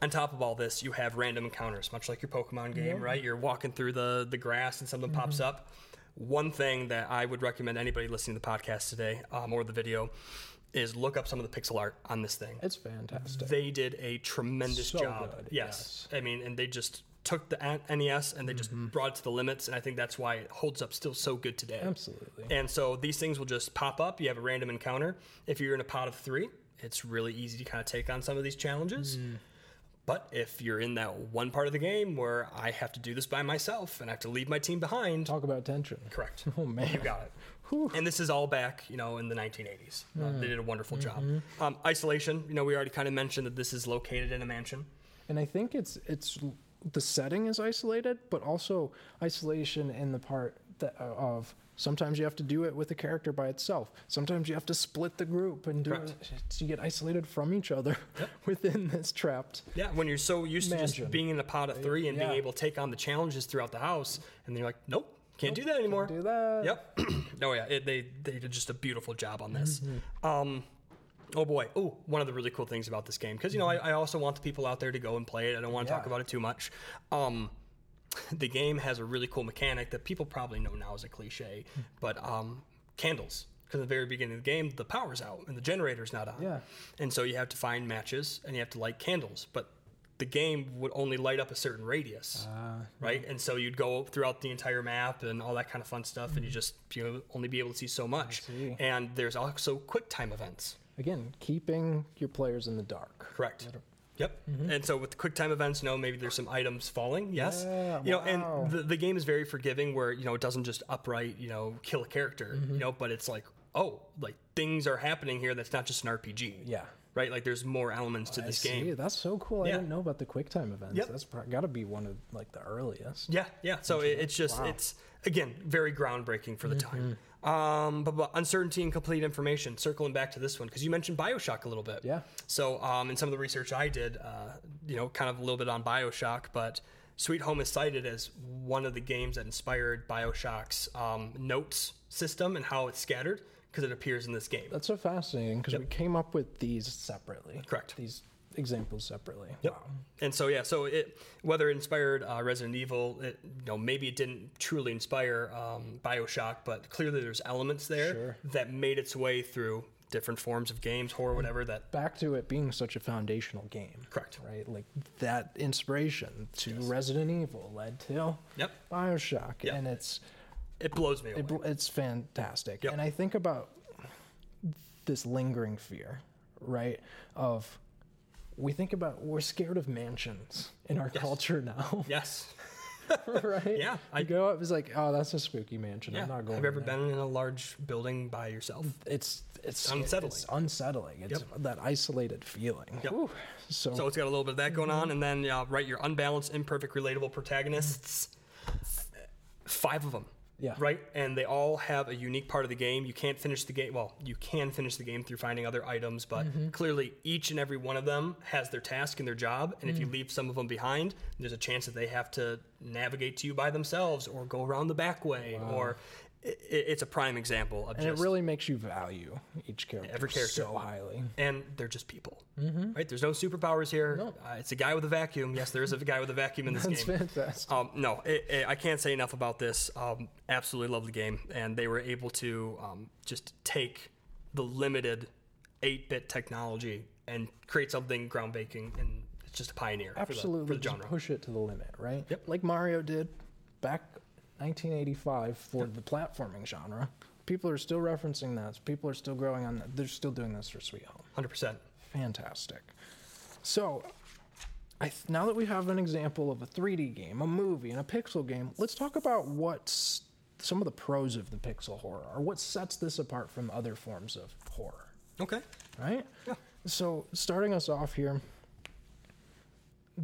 [SPEAKER 2] on top of all this, you have random encounters, much like your Pokemon game, right? You're walking through the the grass and something pops up. One thing that I would recommend anybody listening to the podcast today um, or the video is look up some of the pixel art on this thing.
[SPEAKER 1] It's fantastic.
[SPEAKER 2] They did a tremendous
[SPEAKER 1] So
[SPEAKER 2] job.
[SPEAKER 1] good,
[SPEAKER 2] yes. I mean, and they just took the N- NES and they just
[SPEAKER 1] Mm-hmm.
[SPEAKER 2] brought it to the limits, and I think that's why it holds up still so good today.
[SPEAKER 1] Absolutely.
[SPEAKER 2] And so these things will just pop up. You have a random
[SPEAKER 1] Mm-hmm.
[SPEAKER 2] encounter. If you're in a pot of three, it's really easy to kind of take on some of these challenges. But if you're in that one part of the game where I have to do this by myself and I have to leave my team behind,
[SPEAKER 1] Talk about tension.
[SPEAKER 2] correct.
[SPEAKER 1] Oh man.
[SPEAKER 2] You got it.
[SPEAKER 1] Whew. Mm-hmm.
[SPEAKER 2] And this is all back, you know, in the 1980s. Uh, they did a wonderful job. Um, isolation, you know, we already kind of mentioned that this is located in a mansion.
[SPEAKER 1] And I think it's it's the setting is isolated, but also isolation in the part that, of sometimes you have to do it with a character by itself. Sometimes you have to split the group and do
[SPEAKER 2] Correct.
[SPEAKER 1] it. So you get isolated from each other within this trapped.
[SPEAKER 2] Yeah, when you're so used to
[SPEAKER 1] Mansion.
[SPEAKER 2] just being in a pod of three and
[SPEAKER 1] Yeah.
[SPEAKER 2] being able to take on the challenges throughout the house, and then you're like, nope, can't do that anymore.
[SPEAKER 1] Do that.
[SPEAKER 2] Yep. oh yeah, it, they they did just a beautiful job on this.
[SPEAKER 1] Mm-hmm.
[SPEAKER 2] Um, oh boy. Oh, one of the really cool things about this game because you know I, I also want the people out there to go and play it. I don't want to talk
[SPEAKER 1] Mm-hmm. Yeah.
[SPEAKER 2] about it too much. Um, the game has a really cool mechanic that people probably know now as a cliche,
[SPEAKER 1] Hmm.
[SPEAKER 2] but um, candles. Because at the very beginning of the game, the power's out and the generator's not on.
[SPEAKER 1] Yeah.
[SPEAKER 2] And so you have to find matches and you have to light candles, but the game would only light up a certain radius
[SPEAKER 1] Uh,
[SPEAKER 2] right? And so you'd go throughout the entire map and all that kind of fun stuff, and you just you know, only be able to see so much.
[SPEAKER 1] Hmm. see.
[SPEAKER 2] And there's also quick time events,
[SPEAKER 1] again, keeping your players in the dark.
[SPEAKER 2] correct? Yep.
[SPEAKER 1] Mm-hmm.
[SPEAKER 2] And so with the quick time events, you know, maybe there's some items falling. Yes.
[SPEAKER 1] Yeah,
[SPEAKER 2] you know,
[SPEAKER 1] wow.
[SPEAKER 2] and the, the game is very forgiving where, you know, it doesn't just upright, you know, kill a character,
[SPEAKER 1] Mm-hmm.
[SPEAKER 2] you know, but it's like, oh, like things are happening here that's not just an RPG.
[SPEAKER 1] Yeah.
[SPEAKER 2] Right? Like there's more elements to this
[SPEAKER 1] I see.
[SPEAKER 2] game.
[SPEAKER 1] That's so cool. I
[SPEAKER 2] Yeah.
[SPEAKER 1] didn't know about the QuickTime events.
[SPEAKER 2] Yep.
[SPEAKER 1] That's pro- got to be one of like the earliest.
[SPEAKER 2] Yeah, yeah. So it, it's just it's again very groundbreaking for the time. Um, but, but uncertainty and complete information. Circling back to this one because you mentioned Bioshock a little bit.
[SPEAKER 1] Yeah.
[SPEAKER 2] So um, in some of the research I did, uh, you know, kind of a little bit on Bioshock, but Sweet Home is cited as one of the games that inspired Bioshock's um, notes system and how it's scattered because it appears in this game.
[SPEAKER 1] That's so fascinating because we came up with these separately.
[SPEAKER 2] Correct.
[SPEAKER 1] These examples separately.
[SPEAKER 2] Yep. And so yeah, so it whether it inspired uh, Resident Evil, it, you know, maybe it didn't truly inspire um, BioShock, but clearly there's elements there
[SPEAKER 1] Sure.
[SPEAKER 2] that made its way through different forms of games, horror, whatever. That
[SPEAKER 1] back to it being such a foundational game.
[SPEAKER 2] Correct.
[SPEAKER 1] Right? Like that inspiration to Resident Evil led to
[SPEAKER 2] Yep.
[SPEAKER 1] Bioshock.
[SPEAKER 2] Yep.
[SPEAKER 1] And it's
[SPEAKER 2] it blows me away.
[SPEAKER 1] it, bl- it's fantastic.
[SPEAKER 2] Yep.
[SPEAKER 1] And I think about this lingering fear, right? Of we think about we're scared of mansions in our culture now,
[SPEAKER 2] yes.
[SPEAKER 1] right?
[SPEAKER 2] Yeah,
[SPEAKER 1] I
[SPEAKER 2] I-
[SPEAKER 1] go up, it's like, oh, that's a spooky mansion.
[SPEAKER 2] Yeah.
[SPEAKER 1] I'm not going.
[SPEAKER 2] Have you ever
[SPEAKER 1] in there."
[SPEAKER 2] been in a large building by yourself?
[SPEAKER 1] It's it's
[SPEAKER 2] Unsettling.
[SPEAKER 1] It's unsettling. It's that isolated feeling.
[SPEAKER 2] Yep.
[SPEAKER 1] Whew. So,
[SPEAKER 2] So it's got a little bit of that going on, and then uh, right, your unbalanced, imperfect, relatable protagonists. Five of them.
[SPEAKER 1] Yeah.
[SPEAKER 2] Right, and they all have a unique part of the game. You can't finish the game. Well, you can finish the game through finding other items, but
[SPEAKER 1] Mm-hmm.
[SPEAKER 2] clearly each and every one of them has their task and their job. And
[SPEAKER 1] Mm.
[SPEAKER 2] if you leave some of them behind, there's a chance that they have to navigate to you by themselves, or go around the back way, or i i it's a prime example of
[SPEAKER 1] and
[SPEAKER 2] just
[SPEAKER 1] it really makes you value each character,
[SPEAKER 2] Every character.
[SPEAKER 1] so highly.
[SPEAKER 2] and they're just people,
[SPEAKER 1] Mm-hmm.
[SPEAKER 2] right? There's no superpowers here. Uh, it's a guy with a vacuum. Yes, there is a guy with a vacuum in this
[SPEAKER 1] It's
[SPEAKER 2] game.
[SPEAKER 1] fantastic.
[SPEAKER 2] Um, no, it, it- I can't say enough about this. Um, absolutely love the game, and they were able to um, just take the limited 8-bit technology and create something groundbreaking, and it's just a pioneer for the-
[SPEAKER 1] Absolutely,
[SPEAKER 2] for the,
[SPEAKER 1] just
[SPEAKER 2] genre.
[SPEAKER 1] push it to the limit, right?
[SPEAKER 2] Yep.
[SPEAKER 1] Like Mario did back 1985 for the platforming genre. People are still referencing that. People are still growing on that. They're still doing this for Sweet Home.
[SPEAKER 2] Hundred percent.
[SPEAKER 1] Fantastic. So, I th- now that we have an example of a 3D game, a movie, and a pixel game, let's talk about what's some of the pros of the pixel horror, or what sets this apart from other forms of horror.
[SPEAKER 2] Okay.
[SPEAKER 1] right? So starting us off here,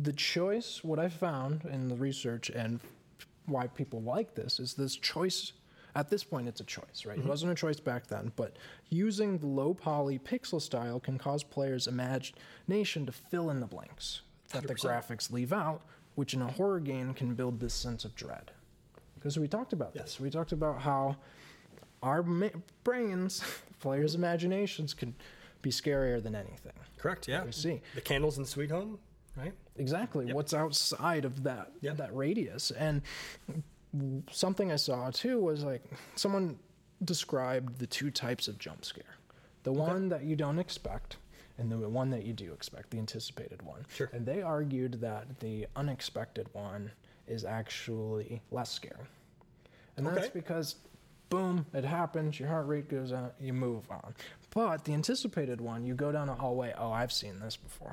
[SPEAKER 1] the choice, what I found in the research and why people like this is this choice. At this point, it's a choice, right? It wasn't a choice back then, but using the low poly pixel style can cause players' imagination to fill in the blanks that the graphics leave out, which in a horror game can build this sense of dread. Because we talked about this. We talked about how our ma- brains, players' imaginations, can be scarier than anything.
[SPEAKER 2] Correct. Yeah.
[SPEAKER 1] We see
[SPEAKER 2] The candles in Sweet Home, right?
[SPEAKER 1] exactly what's outside of that
[SPEAKER 2] Yep.
[SPEAKER 1] that radius. And w- something I saw too was like someone described the two types of jump scare: the one that you don't expect, and the one that you do expect, the anticipated one.
[SPEAKER 2] Sure.
[SPEAKER 1] And they argued that the unexpected one is actually less scary. And that's
[SPEAKER 2] Okay.
[SPEAKER 1] because, boom, it happens. Your heart rate goes up. You move on. But the anticipated one, you go down a hallway. Oh, I've seen this before.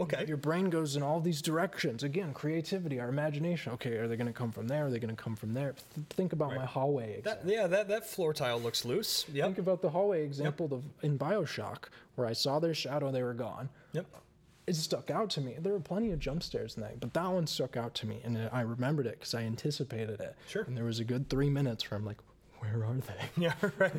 [SPEAKER 2] Okay.
[SPEAKER 1] Your brain goes in all these directions. Again, creativity, our imagination. Okay, are they going to come from there? Are they going to come from there? Th- think about my hallway
[SPEAKER 2] That,
[SPEAKER 1] example.
[SPEAKER 2] yeah, that, that floor tile looks loose. Yep.
[SPEAKER 1] think about the hallway example of, in Bioshock where I saw their shadow, they were gone.
[SPEAKER 2] Yep.
[SPEAKER 1] It stuck out to me. There were plenty of jump scares in that, but that one stuck out to me, and I remembered it because I anticipated it.
[SPEAKER 2] Sure.
[SPEAKER 1] And there was a good three minutes where I'm like, where are they?
[SPEAKER 2] Yeah, right.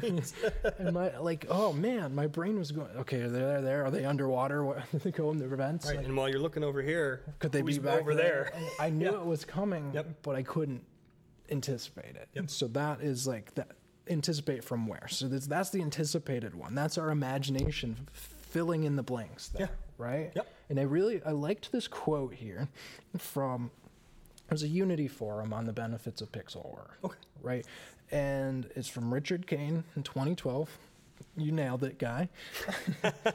[SPEAKER 1] and my like, oh man, my brain was going. Okay, are they there? There are they underwater? What, they go in the vents.
[SPEAKER 2] right.
[SPEAKER 1] Like,
[SPEAKER 2] And while you're looking over here,
[SPEAKER 1] could they
[SPEAKER 2] who's
[SPEAKER 1] be back
[SPEAKER 2] over there?
[SPEAKER 1] And I knew it was coming,
[SPEAKER 2] Yep.
[SPEAKER 1] but I couldn't anticipate it. So that is like that. Anticipate from where? So that's that's the anticipated one. That's our imagination f- filling in the blanks. There,
[SPEAKER 2] Yeah.
[SPEAKER 1] Right.
[SPEAKER 2] Yep.
[SPEAKER 1] And I really I liked this quote here from there's a Unity forum on the benefits of pixel horror.
[SPEAKER 2] Okay.
[SPEAKER 1] Right. And it's from Richard Kane in 2012. You nailed it, guy.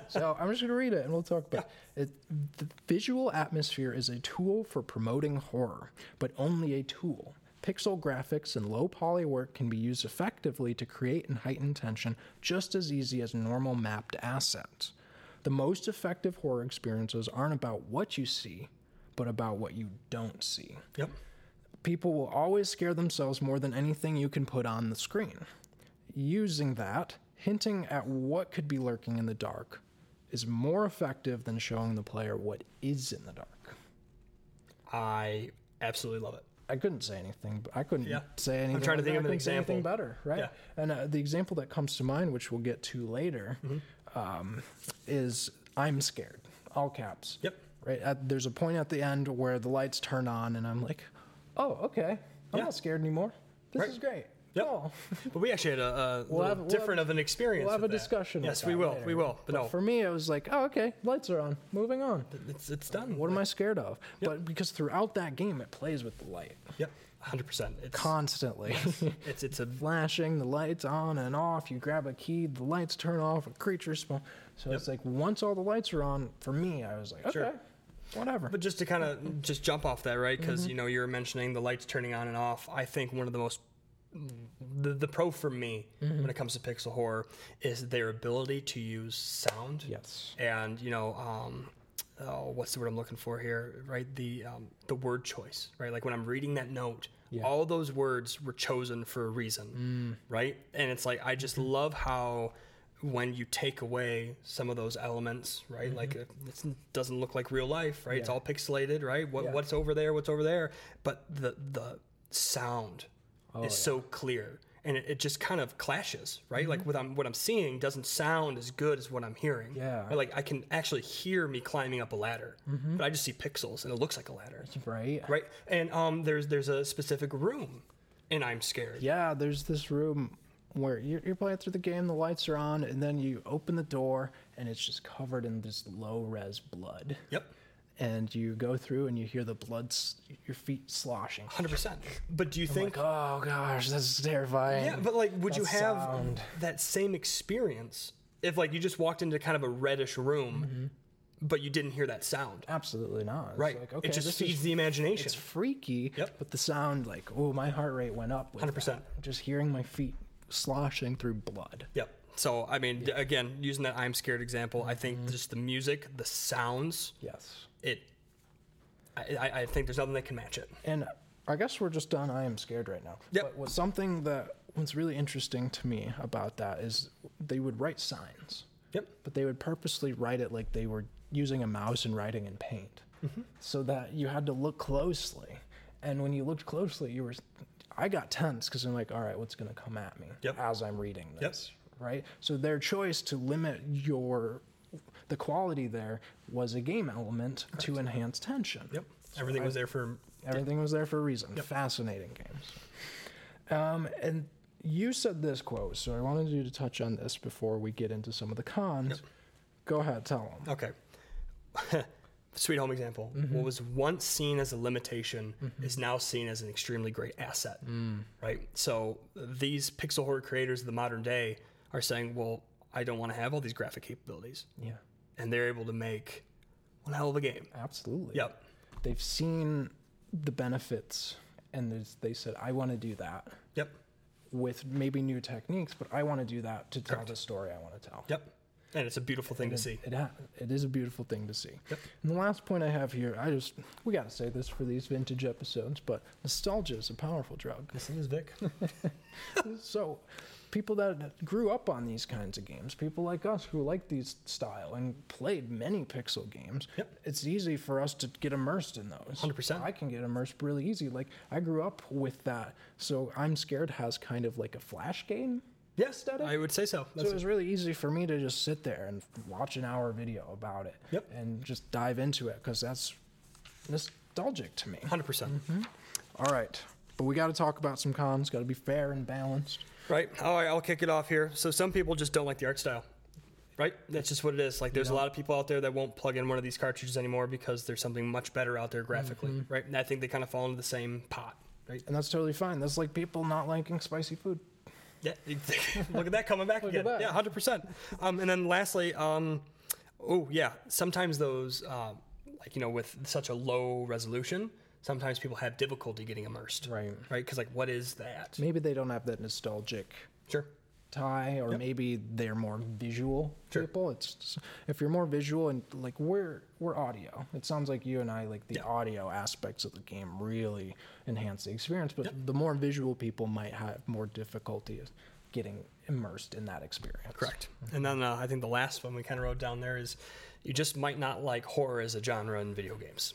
[SPEAKER 1] so I'm just going to read it and we'll talk about it. it. The visual atmosphere is a tool for promoting horror, but only a tool. Pixel graphics and low poly work can be used effectively to create and heighten tension just as easy as normal mapped assets. The most effective horror experiences aren't about what you see, but about what you don't see
[SPEAKER 2] Yep.
[SPEAKER 1] people will always scare themselves more than anything you can put on the screen. Using that, hinting at what could be lurking in the dark, is more effective than showing the player what is in the dark.
[SPEAKER 2] I absolutely love it.
[SPEAKER 1] I couldn't say anything. but I couldn't
[SPEAKER 2] Yeah.
[SPEAKER 1] say anything.
[SPEAKER 2] trying to
[SPEAKER 1] like
[SPEAKER 2] think
[SPEAKER 1] that.
[SPEAKER 2] of an
[SPEAKER 1] I couldn't say anything
[SPEAKER 2] example.
[SPEAKER 1] better, right?
[SPEAKER 2] Yeah.
[SPEAKER 1] And uh, the example that comes to mind, which we'll get to later,
[SPEAKER 2] Mm-hmm.
[SPEAKER 1] um, is "I'm scared." All caps.
[SPEAKER 2] Yep.
[SPEAKER 1] Right. At, there's a point at the end where the lights turn on, and I'm like, "Oh, okay. I'm
[SPEAKER 2] Yeah.
[SPEAKER 1] not scared anymore. This
[SPEAKER 2] Right.
[SPEAKER 1] is great."
[SPEAKER 2] Yep.
[SPEAKER 1] Cool.
[SPEAKER 2] But we actually had a, a little
[SPEAKER 1] have- Oh. we'll
[SPEAKER 2] different
[SPEAKER 1] have-
[SPEAKER 2] of an experience.
[SPEAKER 1] We'll have a
[SPEAKER 2] with that.
[SPEAKER 1] discussion. with
[SPEAKER 2] Yes, we
[SPEAKER 1] that
[SPEAKER 2] will.
[SPEAKER 1] later.
[SPEAKER 2] We will. But, no,
[SPEAKER 1] For me, it was like, "Oh, okay. Lights are on. Moving on."
[SPEAKER 2] it's, it's done.
[SPEAKER 1] What am I scared of? But because throughout that game, it plays with the light
[SPEAKER 2] Yep. 100%. It's,
[SPEAKER 1] constantly.
[SPEAKER 2] it's, it's a
[SPEAKER 1] flashing, the lights on and off. You grab a key, the lights turn off, a creature spawn. So it's like once all the lights are on, for me, I was like, okay,
[SPEAKER 2] Sure.
[SPEAKER 1] whatever.
[SPEAKER 2] But just to kind of just jump off that, right?
[SPEAKER 1] Mm-hmm.
[SPEAKER 2] Because you know you were mentioning the lights turning on and off. I think one of the most the, the pro for me
[SPEAKER 1] Mm-hmm.
[SPEAKER 2] when it comes to pixel horror is their ability to use sound.
[SPEAKER 1] yes.
[SPEAKER 2] And you know, um, oh, what's the word I'm looking for here? Right, the um, the word choice. Right, like when I'm reading that note, all those words were chosen for a reason. Right, and it's like I just love how when you take away some of those elements, right? Like it it's- doesn't look like real life, right? It's all pixelated, right? What what's over there? What's over there? But the the sound is so clear and it, it just kind of clashes right like what i'm what i'm seeing doesn't sound as good as what i'm hearing
[SPEAKER 1] Yeah.
[SPEAKER 2] Or, like i can actually hear me climbing up a ladder
[SPEAKER 1] Mm-hmm.
[SPEAKER 2] but i just see pixels and it looks like a ladder
[SPEAKER 1] Right?
[SPEAKER 2] right and um there's there's a specific room and i'm scared
[SPEAKER 1] Yeah, there's this room where you're, you're playing through the game, the lights are on, and then you open the door and it's just covered in this low res blood.
[SPEAKER 2] yep
[SPEAKER 1] And you go through and you hear the blood, s- your feet sloshing.
[SPEAKER 2] 100% but do you think
[SPEAKER 1] Like, oh gosh, that's terrifying.
[SPEAKER 2] yeah but like would you
[SPEAKER 1] that
[SPEAKER 2] have
[SPEAKER 1] sound.
[SPEAKER 2] that same experience if like you just walked into kind of a reddish room but you didn't hear that sound
[SPEAKER 1] Absolutely not. Mm-hmm. It's
[SPEAKER 2] right
[SPEAKER 1] Like, okay,
[SPEAKER 2] it just
[SPEAKER 1] this is
[SPEAKER 2] feeds the imagination
[SPEAKER 1] it's freaky,
[SPEAKER 2] Yep.
[SPEAKER 1] but the sound, like, oh, my heart rate went up. with
[SPEAKER 2] 100%.
[SPEAKER 1] that. Just hearing my feet sloshing through blood.
[SPEAKER 2] Yep. So I mean, d again, using that "I'm scared" example, I
[SPEAKER 1] Mm-hmm.
[SPEAKER 2] think just the music, the sounds,
[SPEAKER 1] Yes.
[SPEAKER 2] it. I, I, I think there's nothing that can match it.
[SPEAKER 1] And I guess we're just done. I am scared right now.
[SPEAKER 2] Yep.
[SPEAKER 1] But what's something that was really interesting to me about that is they would write signs,
[SPEAKER 2] Yep.
[SPEAKER 1] but they would purposely write it like they were using a mouse and writing in paint
[SPEAKER 2] Mm-hmm.
[SPEAKER 1] so that you had to look closely. And when you looked closely, you were. I got tense because I'm like, all right, what's going to come at me
[SPEAKER 2] Yep.
[SPEAKER 1] as I'm reading this?
[SPEAKER 2] Yep.
[SPEAKER 1] right? So their choice to limit your the quality there was a game element to enhance tension.
[SPEAKER 2] Yep. Everything was there for.
[SPEAKER 1] Everything was there for a reason. Fascinating games. Um, and you said this quote, so I wanted you to touch on this before we get into some of the cons. Go ahead, tell them.
[SPEAKER 2] Okay. Sweet home example. What was once seen as a limitation is now seen as an extremely great asset. Right. So these pixel horror creators of the modern day are saying, "Well, I don't want to have all these graphic capabilities,"
[SPEAKER 1] Yeah,
[SPEAKER 2] and they're able to make one hell of a game.
[SPEAKER 1] absolutely.
[SPEAKER 2] Yep.
[SPEAKER 1] They've seen the benefits, and there's- they said, "I want to do that
[SPEAKER 2] Yep.
[SPEAKER 1] with maybe new techniques, but I want to do that to tell the story I want to tell."
[SPEAKER 2] Yep. and it's a beautiful thing to see.
[SPEAKER 1] It, ha- it is a beautiful thing to see. And the last point I have here, I just, we got to say this for these vintage episodes, but nostalgia is a powerful drug.
[SPEAKER 2] This is Vic.
[SPEAKER 1] so people that grew up on these kinds of games people like us who like these style and played many pixel games
[SPEAKER 2] Yep.
[SPEAKER 1] it's easy for us to get immersed in those
[SPEAKER 2] 100%.
[SPEAKER 1] i can get immersed really easy like i grew up with that so i'm scared has kind of like a flash game
[SPEAKER 2] yes, I would say so.
[SPEAKER 1] so
[SPEAKER 2] That's
[SPEAKER 1] it was really easy for me to just sit there and watch an hour video about it
[SPEAKER 2] Yep.
[SPEAKER 1] and just dive into it because that's nostalgic to me
[SPEAKER 2] 100%. percent
[SPEAKER 1] all right but we got to talk about some cons got to be fair and balanced
[SPEAKER 2] Right. All right, I'll kick it off here. So some people just don't like the art style. Right? That's just what it is. Like there's a lot of people out there that won't plug in one of these cartridges anymore because there's something much better out there graphically.
[SPEAKER 1] Mm-hmm.
[SPEAKER 2] Right? And I think they kind of fall into the same pot. Right?
[SPEAKER 1] and that's totally fine. That's like people not liking spicy food.
[SPEAKER 2] Yeah. Look at that coming back
[SPEAKER 1] at
[SPEAKER 2] again.
[SPEAKER 1] that.
[SPEAKER 2] Yeah, hundred percent. Um, and then lastly, um, oh yeah, sometimes those, um, like you know, with such a low resolution, sometimes people have difficulty getting immersed.
[SPEAKER 1] Right.
[SPEAKER 2] Right. Because like, what is that?
[SPEAKER 1] Maybe they don't have that nostalgic
[SPEAKER 2] Sure.
[SPEAKER 1] tie, or maybe they're more visual
[SPEAKER 2] Sure.
[SPEAKER 1] people. It's if you're more visual and like we're we're audio. It sounds like you and I like the audio aspects of the game really enhance the experience. But the more visual people might have more difficulty getting immersed in that experience.
[SPEAKER 2] Correct. And then uh, I think the last one we kind of wrote down there is, you just might not like horror as a genre in video games.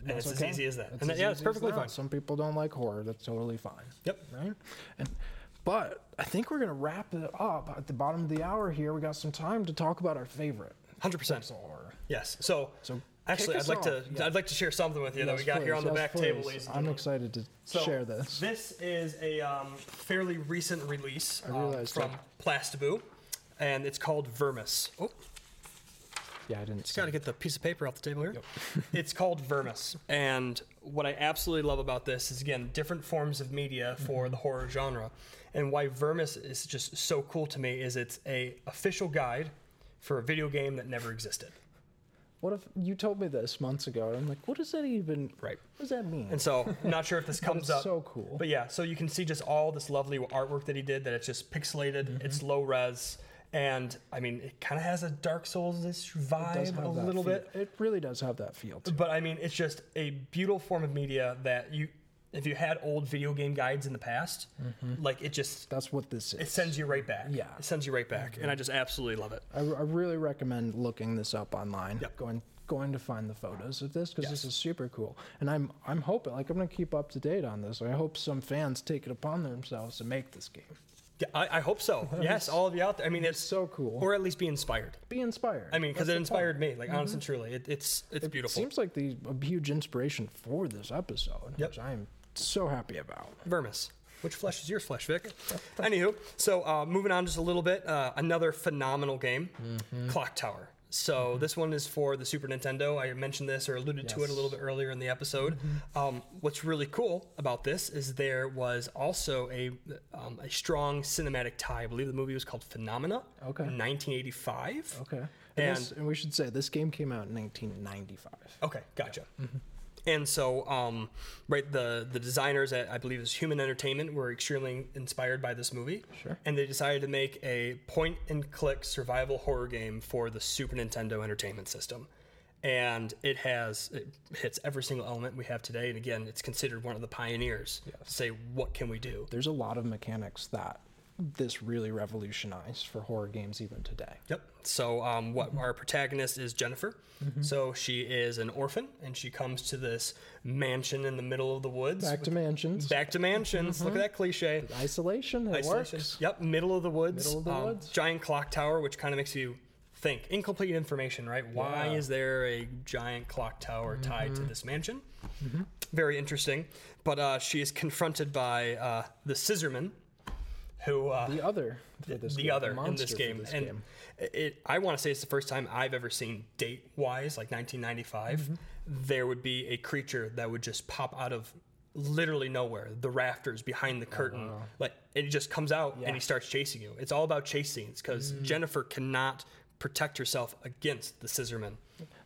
[SPEAKER 2] And
[SPEAKER 1] That's
[SPEAKER 2] it's
[SPEAKER 1] okay.
[SPEAKER 2] as easy as that.
[SPEAKER 1] That's
[SPEAKER 2] and
[SPEAKER 1] as
[SPEAKER 2] that, yeah, it's
[SPEAKER 1] easy as
[SPEAKER 2] perfectly
[SPEAKER 1] that.
[SPEAKER 2] fine.
[SPEAKER 1] Some people don't like horror. That's totally fine.
[SPEAKER 2] Yep.
[SPEAKER 1] right? And but I think we're gonna wrap it up at the bottom of the hour here. We got some time to talk about our favorite
[SPEAKER 2] Hundred percent.
[SPEAKER 1] horror.
[SPEAKER 2] Yes. So.
[SPEAKER 1] So
[SPEAKER 2] Actually,
[SPEAKER 1] kick
[SPEAKER 2] I'd
[SPEAKER 1] us
[SPEAKER 2] like to
[SPEAKER 1] off. Yeah.
[SPEAKER 2] I'd like to share something with you that we got here on the back table, ladies and
[SPEAKER 1] I'm excited to
[SPEAKER 2] So,
[SPEAKER 1] share this.
[SPEAKER 2] This is a um, fairly recent release um,
[SPEAKER 1] realized
[SPEAKER 2] from Plastaboo, and it's called Vermis. Oh,
[SPEAKER 1] Yeah, I didn't.
[SPEAKER 2] got to get the piece of paper off the table here. it's called Vermis, and what I absolutely love about this is again different forms of media for
[SPEAKER 1] Mm-hmm.
[SPEAKER 2] the horror genre, and why Vermis is just so cool to me is it's a official guide for a video game that never existed.
[SPEAKER 1] What if you told me this months ago? And I'm like, what does that even?
[SPEAKER 2] Right.
[SPEAKER 1] What does that mean?
[SPEAKER 2] And so, not sure if this comes
[SPEAKER 1] it's
[SPEAKER 2] up.
[SPEAKER 1] so cool.
[SPEAKER 2] But yeah, so you can see just all this lovely artwork that he did. That it's just pixelated.
[SPEAKER 1] Mm-hmm.
[SPEAKER 2] It's low res, and I mean, it kind of has a Dark
[SPEAKER 1] It
[SPEAKER 2] Souls-ish
[SPEAKER 1] does
[SPEAKER 2] vibe
[SPEAKER 1] have
[SPEAKER 2] a
[SPEAKER 1] that
[SPEAKER 2] little
[SPEAKER 1] feel.
[SPEAKER 2] bit.
[SPEAKER 1] It really does have that feel. To it.
[SPEAKER 2] But I mean, it's just a beautiful form of media that you, if you had old video game guides in the past, like it just
[SPEAKER 1] That's what this is.
[SPEAKER 2] it sends you right back.
[SPEAKER 1] Mm-hmm. Yeah. Mm-hmm.
[SPEAKER 2] it sends you right back, and I just absolutely love it.
[SPEAKER 1] I, I really recommend looking this up online.
[SPEAKER 2] Yep.
[SPEAKER 1] Going going to find the photos of this because this
[SPEAKER 2] Yes.
[SPEAKER 1] is super cool. And I'm I'm hoping like I'm gonna keep up to date on this. I hope some fans take it upon themselves to make this game.
[SPEAKER 2] Yeah, I, I hope so. yes, all of you out there. I mean, it's
[SPEAKER 1] so cool.
[SPEAKER 2] or at least be inspired.
[SPEAKER 1] Be inspired.
[SPEAKER 2] I mean, because
[SPEAKER 1] That's
[SPEAKER 2] it
[SPEAKER 1] the point. Mm-hmm.
[SPEAKER 2] inspired me. Like, honest and truly, it, it's it's beautiful.
[SPEAKER 1] Seems like the a huge inspiration for this episode,
[SPEAKER 2] Yep.
[SPEAKER 1] which I'm so happy about.
[SPEAKER 2] Vermis. Which flesh is your flesh, Vic? Anywho, so uh, moving on just a little bit, uh, another phenomenal game,
[SPEAKER 1] Mm-hmm.
[SPEAKER 2] Clock Tower. So this one is for the Super Nintendo. I mentioned this or alluded to it a little bit earlier in the episode.
[SPEAKER 1] Mm-hmm.
[SPEAKER 2] Um, what's really cool about this is there was also a um, a strong cinematic tie. I believe the movie was called Phenomena.
[SPEAKER 1] Okay.
[SPEAKER 2] 1985.
[SPEAKER 1] Okay. And,
[SPEAKER 2] And-
[SPEAKER 1] this- and we should say this game came out in 1995.
[SPEAKER 2] Okay, gotcha. And so, um, right, the the designers at I believe is Human Entertainment were extremely inspired by this movie,
[SPEAKER 1] Sure.
[SPEAKER 2] and they decided to make a point and click survival horror game for the Super Nintendo Entertainment System. And it has it hits every single element we have today, and again, it's considered one of the pioneers. to Say, what can we do?
[SPEAKER 1] There's a lot of mechanics that this really revolutionized for horror games even today.
[SPEAKER 2] Yep. So, um, what
[SPEAKER 1] Mm-hmm.
[SPEAKER 2] our protagonist is Jennifer. So she is an orphan, and she comes to this mansion in the middle of the woods.
[SPEAKER 1] Back to mansions.
[SPEAKER 2] Back to mansions. Look at that cliche.
[SPEAKER 1] Isolation. It
[SPEAKER 2] Isolation.
[SPEAKER 1] Mm-hmm. works.
[SPEAKER 2] Yep, middle of the woods. Um,
[SPEAKER 1] Middle of the woods.
[SPEAKER 2] Giant clock tower, which kind of makes you think. Incomplete information, right? Why
[SPEAKER 1] Yeah. Mm-hmm.
[SPEAKER 2] is there a giant clock tower tied to this mansion? Very interesting. But uh, she is confronted by uh, the scissorman, who uh,
[SPEAKER 1] The other. For this
[SPEAKER 2] the
[SPEAKER 1] game,
[SPEAKER 2] other in
[SPEAKER 1] monster
[SPEAKER 2] this
[SPEAKER 1] for
[SPEAKER 2] game.
[SPEAKER 1] this
[SPEAKER 2] and
[SPEAKER 1] game.
[SPEAKER 2] it, I want to say it's the first time I've ever seen date wise, like 1995,
[SPEAKER 1] Mm-hmm.
[SPEAKER 2] there would be a creature that would just pop out of literally nowhere, the rafters behind the curtain.
[SPEAKER 1] Oh,
[SPEAKER 2] Like it just comes out and he starts chasing you. It's all about chase scenes because
[SPEAKER 1] Mm-hmm.
[SPEAKER 2] Jennifer cannot protect herself against the scissorman.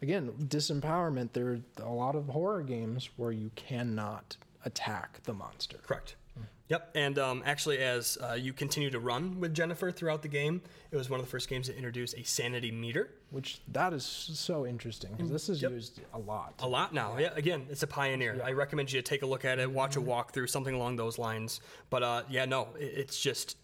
[SPEAKER 1] Again, disempowerment. There are a lot of horror games where you cannot attack the monster.
[SPEAKER 2] Correct. Yep, and um, actually, as uh, you continue to run with Jennifer throughout the game, it was one of the first games that introduced a sanity meter.
[SPEAKER 1] Which that is so interesting because this is
[SPEAKER 2] Mm, Yep.
[SPEAKER 1] used a lot.
[SPEAKER 2] A lot now. Yeah, again, it's a pioneer. I recommend you to take a look at it, watch
[SPEAKER 1] Mm-hmm.
[SPEAKER 2] a walkthrough, something along those lines. But uh, yeah, no, it, it's just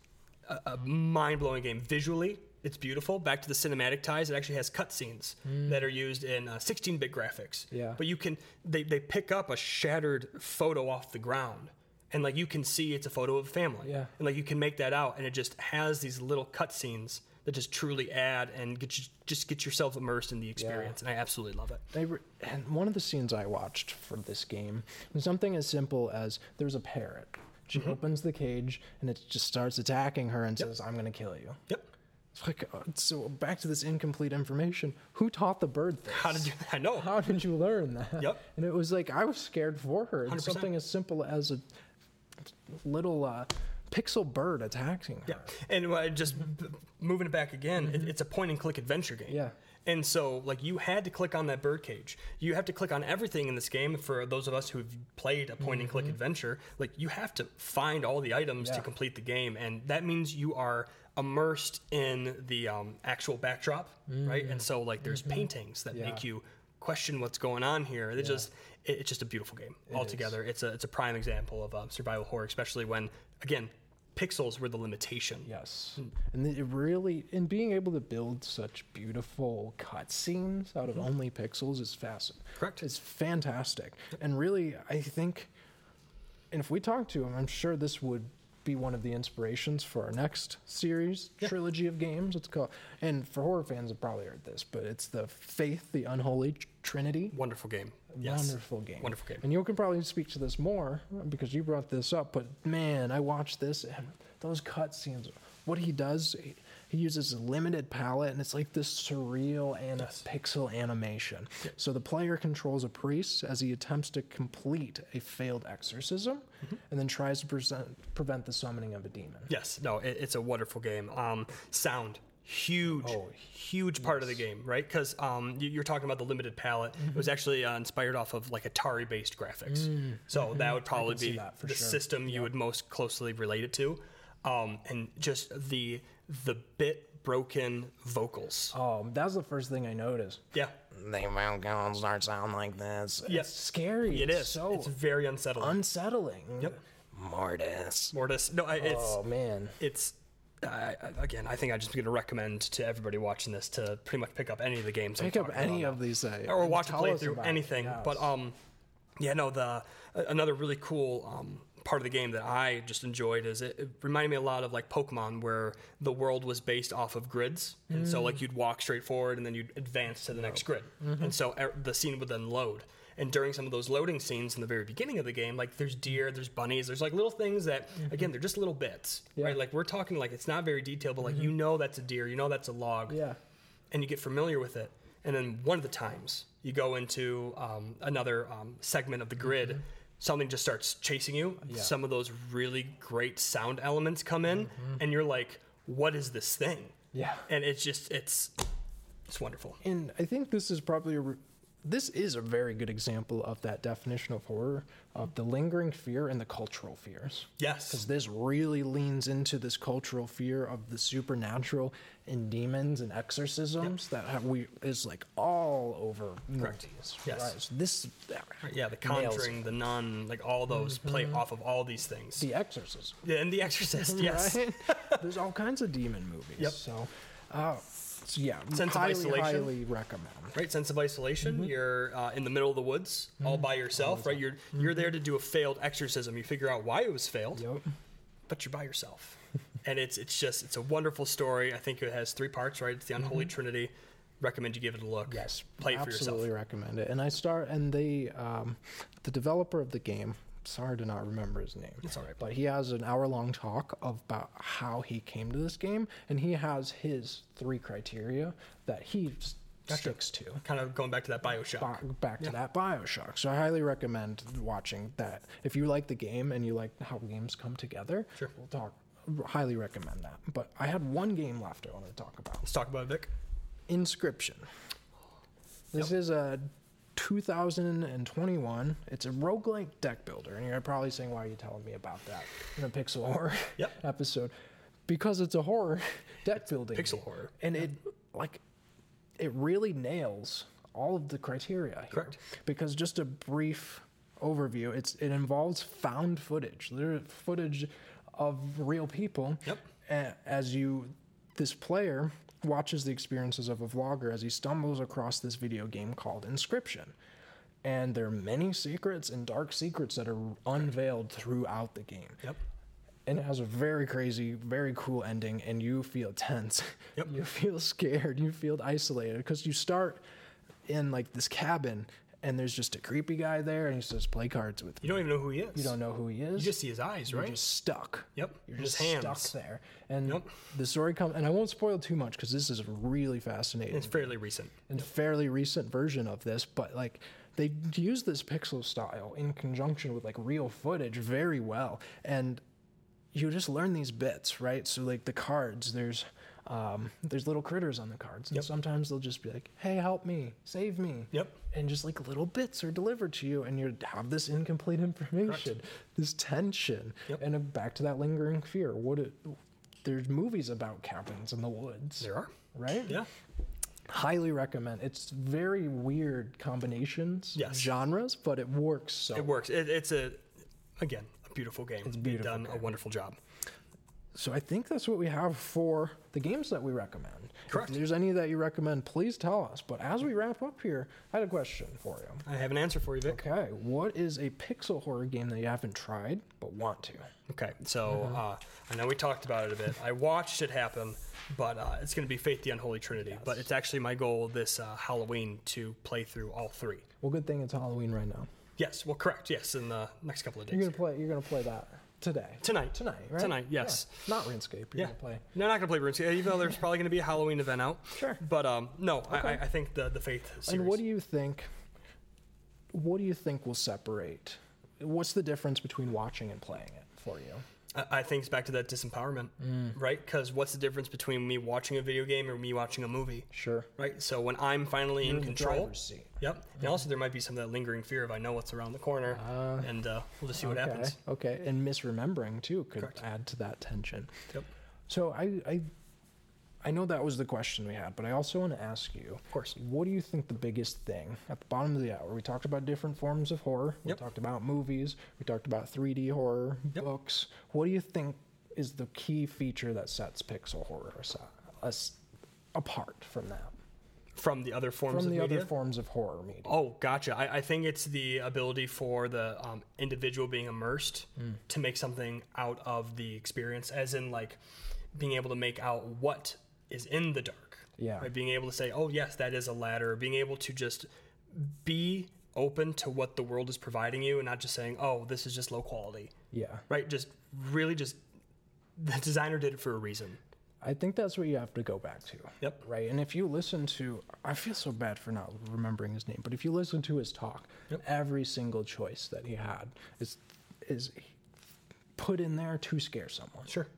[SPEAKER 2] a, a mind blowing game. Visually, it's beautiful. Back to the cinematic ties, it actually has cutscenes that are used in 16 bit graphics.
[SPEAKER 1] Mm. Yeah.
[SPEAKER 2] But you can, they, they pick up a shattered photo off the ground. And like you can see, it's a photo of a family.
[SPEAKER 1] Yeah.
[SPEAKER 2] And like you can make that out, and it just has these little cutscenes that just truly add and get you, just get yourself immersed in the experience. And I absolutely love it.
[SPEAKER 1] They were, and one of the scenes I watched for this game was something as simple as there's a parrot. She
[SPEAKER 2] Mm-hmm.
[SPEAKER 1] opens the cage and it just starts attacking her and says, "I'm gonna kill you."
[SPEAKER 2] Yep.
[SPEAKER 1] It's like, uh, so back to this incomplete information. Who taught the bird this?
[SPEAKER 2] How did you? I know.
[SPEAKER 1] How did you learn that?
[SPEAKER 2] Yep.
[SPEAKER 1] And it was like I was scared for her. It's
[SPEAKER 2] 100%.
[SPEAKER 1] Something as simple as a little uh, pixel bird attacking her.
[SPEAKER 2] Yeah, and uh, just b- moving it back again, it, it's a point and click adventure game.
[SPEAKER 1] Yeah.
[SPEAKER 2] And so, like, you had to click on that birdcage. You have to click on everything in this game. For those of us who've played a point and click adventure, like, you have to find all the items
[SPEAKER 1] Mm-hmm. Yeah.
[SPEAKER 2] to complete the game, and that means you are immersed in the um, actual backdrop, right? And so, like, there's
[SPEAKER 1] Mm-hmm.
[SPEAKER 2] paintings that make you question what's going on here. It just it, it's just a beautiful game altogether. It's a it's a prime example of um, survival horror, especially when again pixels were the limitation.
[SPEAKER 1] Yes. And it really, and being able to build such beautiful cutscenes out of only pixels is fast.
[SPEAKER 2] Correct.
[SPEAKER 1] It's fantastic. And really, I think, and if we talk to him, I'm sure this would be one of the inspirations for our next series trilogy of games. It's called, and for horror fans have probably heard this, but it's the Faith, the Unholy Tr- Trinity.
[SPEAKER 2] Wonderful game. Yes.
[SPEAKER 1] Wonderful game.
[SPEAKER 2] Wonderful game.
[SPEAKER 1] And you can probably speak to this more because you brought this up, but man, I watched this and those cutscenes. What he does, he, he uses a limited palette and it's like this surreal and pixel animation. So the player controls a priest as he attempts to complete a failed exorcism
[SPEAKER 2] Mm-hmm.
[SPEAKER 1] and then tries to present, prevent the summoning of a demon.
[SPEAKER 2] Yes. No, it, it's a wonderful game. Um, sound. Huge,
[SPEAKER 1] Oh,
[SPEAKER 2] huge part of the game, right? Because um, you, you're talking about the limited palette.
[SPEAKER 1] Mm-hmm.
[SPEAKER 2] It was actually uh, inspired off of like Atari-based graphics,
[SPEAKER 1] Mm,
[SPEAKER 2] so that would probably
[SPEAKER 1] mm-hmm. see
[SPEAKER 2] be
[SPEAKER 1] that for
[SPEAKER 2] the
[SPEAKER 1] sure.
[SPEAKER 2] system you would most closely relate it to, um, and just the the bit broken vocals.
[SPEAKER 1] Oh, that was the first thing I noticed.
[SPEAKER 2] Yeah,
[SPEAKER 3] They will go and start sounding like this.
[SPEAKER 1] It's scary.
[SPEAKER 2] it
[SPEAKER 1] it's
[SPEAKER 2] is.
[SPEAKER 1] so
[SPEAKER 2] it's very unsettling.
[SPEAKER 1] unsettling.
[SPEAKER 2] Yep.
[SPEAKER 3] Mortis.
[SPEAKER 2] Mortis. No, I, it's
[SPEAKER 1] Oh man.
[SPEAKER 2] it's I I- again. I think I'm just going to recommend to everybody watching this to pretty much pick up any of the games. I'm
[SPEAKER 1] Pick up
[SPEAKER 2] talking
[SPEAKER 1] any
[SPEAKER 2] about.
[SPEAKER 1] of these uh,
[SPEAKER 2] or
[SPEAKER 1] and
[SPEAKER 2] watch a
[SPEAKER 1] tell us
[SPEAKER 2] playthrough,
[SPEAKER 1] about it.
[SPEAKER 2] anything.
[SPEAKER 1] Yes.
[SPEAKER 2] But um, yeah, no. The a- another really cool um part of the game that I just enjoyed is it, it reminded me a lot of like Pokemon, where the world was based off of grids, and so
[SPEAKER 1] Mm.
[SPEAKER 2] like you'd walk straight forward and then you'd advance to the next grid,
[SPEAKER 1] Mm-hmm.
[SPEAKER 2] and so er, the scene would then load. And during some of those loading scenes in the very beginning of the game, like there's deer, there's bunnies, there's like little things that,
[SPEAKER 1] Mm-hmm.
[SPEAKER 2] again, they're just little bits, right? Like we're talking like it's not very detailed, but like you know that's a deer, you know that's a log,
[SPEAKER 1] Mm-hmm. yeah.
[SPEAKER 2] and you get familiar with it. And then one of the times you go into um, another um, segment of the grid,
[SPEAKER 1] Mm-hmm.
[SPEAKER 2] something just starts chasing you. Some of those really great sound elements come in, and you're like, "What is this thing?"
[SPEAKER 1] Mm-hmm. Yeah.
[SPEAKER 2] And it's just it's it's wonderful.
[SPEAKER 1] And I think this is probably a re- this is a very good example of that definition of horror of the lingering fear and the cultural fears.
[SPEAKER 2] Yes,
[SPEAKER 1] Because this really leans into this cultural fear of the supernatural and demons and exorcisms that have we is like all over movies.
[SPEAKER 2] Yes.
[SPEAKER 1] Right. So this
[SPEAKER 2] yeah, The
[SPEAKER 1] nails Mm-hmm.
[SPEAKER 2] Conjuring, The Nun, like all those play off of all these things.
[SPEAKER 1] the exorcism.
[SPEAKER 2] Yeah, and The Exorcist, yes.
[SPEAKER 1] right? There's all kinds of demon movies.
[SPEAKER 2] Yep.
[SPEAKER 1] So, uh, so yeah,
[SPEAKER 2] Sense of
[SPEAKER 1] highly,
[SPEAKER 2] isolation.
[SPEAKER 1] highly recommend.
[SPEAKER 2] right sense of isolation
[SPEAKER 1] Mm-hmm.
[SPEAKER 2] you're uh, in the middle of the woods all by yourself right you're you're there
[SPEAKER 1] Mm-hmm.
[SPEAKER 2] to do a failed exorcism you figure out why it was failed
[SPEAKER 1] Yep.
[SPEAKER 2] but you're by yourself and it's it's just it's a wonderful story i think it has three parts right it's the unholy trinity recommend you give it a look
[SPEAKER 1] Mm-hmm. Yes,
[SPEAKER 2] play it for
[SPEAKER 1] absolutely
[SPEAKER 2] yourself
[SPEAKER 1] recommend it. And I start and they, um, the developer of the game. Sorry to not remember his name.
[SPEAKER 2] all right.
[SPEAKER 1] But he has an hour-long talk about how he came to this game, and he has his three criteria that he s- sticks to.
[SPEAKER 2] kind of going back to that bioshock
[SPEAKER 1] Ba- Back to that Bioshock. So I highly recommend watching that. If you like the game and you like how games come together,
[SPEAKER 2] Sure.
[SPEAKER 1] we'll talk. Highly recommend that. But I had one game left I wanted to talk about.
[SPEAKER 2] let's talk about it vic
[SPEAKER 1] Inscription. This is a 2021. It's a roguelike deck builder, and you're probably saying, "Why are you telling me about that in a pixel horror
[SPEAKER 2] Yep.
[SPEAKER 1] episode?" Because it's a horror deck building,
[SPEAKER 2] pixel horror.
[SPEAKER 1] and it like it really nails all of the criteria here.
[SPEAKER 2] Correct.
[SPEAKER 1] Because just a brief overview, it's it involves found footage, literal footage of real people.
[SPEAKER 2] Yep.
[SPEAKER 1] A- As you, this player watches the experiences of a vlogger as he stumbles across this video game called Inscription. And there are many secrets and dark secrets that are unveiled throughout the game
[SPEAKER 2] Yep.
[SPEAKER 1] and it has a very crazy, very cool ending, and you feel tense.
[SPEAKER 2] Yep.
[SPEAKER 1] You feel scared. You feel isolated because you start in like this cabin, and there's just a creepy guy there, and he says, "Play cards with me."
[SPEAKER 2] You don't even know who he is.
[SPEAKER 1] You don't know who he is.
[SPEAKER 2] You just see his eyes,
[SPEAKER 1] You're
[SPEAKER 2] right?
[SPEAKER 1] just stuck.
[SPEAKER 2] Yep,
[SPEAKER 1] You're
[SPEAKER 2] his
[SPEAKER 1] just
[SPEAKER 2] hands.
[SPEAKER 1] stuck there, and
[SPEAKER 2] Yep.
[SPEAKER 1] the story comes. And I won't spoil too much because this is really fascinating
[SPEAKER 2] It's fairly recent.
[SPEAKER 1] and fairly recent version of this, but like they use this pixel style in conjunction with like real footage very well, and you just learn these bits, right? So like the cards, there's um, there's little critters on the cards, and sometimes they'll just be like, "Hey, help me, save me,"
[SPEAKER 2] Yep.
[SPEAKER 1] and just like little bits are delivered to you, and you have this incomplete information, this tension,
[SPEAKER 2] Yep.
[SPEAKER 1] and uh, back to that lingering fear. What it, there's movies about cabins in the woods,
[SPEAKER 2] There are.
[SPEAKER 1] right?
[SPEAKER 2] Yeah.
[SPEAKER 1] highly recommend. It's very weird combinations,
[SPEAKER 2] Yes.
[SPEAKER 1] genres, but it works so.
[SPEAKER 2] It works. It, it's a, again, a beautiful game. It's
[SPEAKER 1] beautiful
[SPEAKER 2] Done a wonderful job.
[SPEAKER 1] so I think that's what we have for the games that we recommend.
[SPEAKER 2] Correct.
[SPEAKER 1] If there's any that you recommend, please tell us. But as we wrap up here, I had a question for you.
[SPEAKER 2] I have an answer for you, Vic.
[SPEAKER 1] Okay, what is a pixel horror game that you haven't tried but want to?
[SPEAKER 2] Okay,
[SPEAKER 1] Mm-hmm.
[SPEAKER 2] so uh, I know we talked about it a bit. I watched it happen, but uh, it's going to be Fate the Unholy Trinity. But it's actually my goal this uh, Halloween to play through all three.
[SPEAKER 1] Well, good thing it's Halloween right now.
[SPEAKER 2] Yes, well, correct. Yes, in the next couple of
[SPEAKER 1] You're
[SPEAKER 2] days.
[SPEAKER 1] gonna play. You're gonna play that today.
[SPEAKER 2] Tonight.
[SPEAKER 1] Tonight. Right?
[SPEAKER 2] Tonight, yes.
[SPEAKER 1] Yeah. Not RuneScape. You're
[SPEAKER 2] Yeah.
[SPEAKER 1] gonna play.
[SPEAKER 2] No, not going to play RuneScape, even though there's probably going to be a Halloween event out.
[SPEAKER 1] Sure.
[SPEAKER 2] But um, no, I I, I think the, the Faith series.
[SPEAKER 1] And what do you think? What do you think will separate? What's the difference between watching and playing it for you?
[SPEAKER 2] I, I think it's back to that disempowerment,
[SPEAKER 1] Mm.
[SPEAKER 2] right? Because what's the difference between me watching a video game or me watching a movie?
[SPEAKER 1] Sure.
[SPEAKER 2] Right, so when I'm finally in
[SPEAKER 1] in the
[SPEAKER 2] control,
[SPEAKER 1] driver's seat.
[SPEAKER 2] yep. And also, there might be some of that lingering fear of I know what's around the corner, and uh, we'll just see what
[SPEAKER 1] okay.
[SPEAKER 2] happens.
[SPEAKER 1] Okay. And misremembering too could
[SPEAKER 2] Correct.
[SPEAKER 1] add to that tension.
[SPEAKER 2] Yep.
[SPEAKER 1] So I, I, I know that was the question we had, but I also want to ask you. Of
[SPEAKER 2] course.
[SPEAKER 1] What do you think the biggest thing at the bottom of the hour? We talked about different forms of horror. We
[SPEAKER 2] Yep.
[SPEAKER 1] talked about movies. We talked about 3D horror
[SPEAKER 2] Yep.
[SPEAKER 1] books. What do you think is the key feature that sets pixel horror asi- us apart from that?
[SPEAKER 2] From the other forms
[SPEAKER 1] From
[SPEAKER 2] of
[SPEAKER 1] the
[SPEAKER 2] media.
[SPEAKER 1] other forms of horror media.
[SPEAKER 2] oh, gotcha. I, I think it's the ability for the um, individual being immersed
[SPEAKER 1] Hmm.
[SPEAKER 2] to make something out of the experience, as in like being able to make out what is in the dark.
[SPEAKER 1] Yeah.
[SPEAKER 2] Right? Being able to say, oh yes, that is a ladder. Being able to just be open to what the world is providing you, and not just saying, oh, this is just low quality.
[SPEAKER 1] Yeah.
[SPEAKER 2] right? Just really, just the designer did it for a reason.
[SPEAKER 1] I think that's what you have to go back to.
[SPEAKER 2] Yep.
[SPEAKER 1] Right. And if you listen to, I feel so bad for not remembering his name, but if you listen to his talk, every single choice that he had is is put in there to scare someone.
[SPEAKER 2] Sure.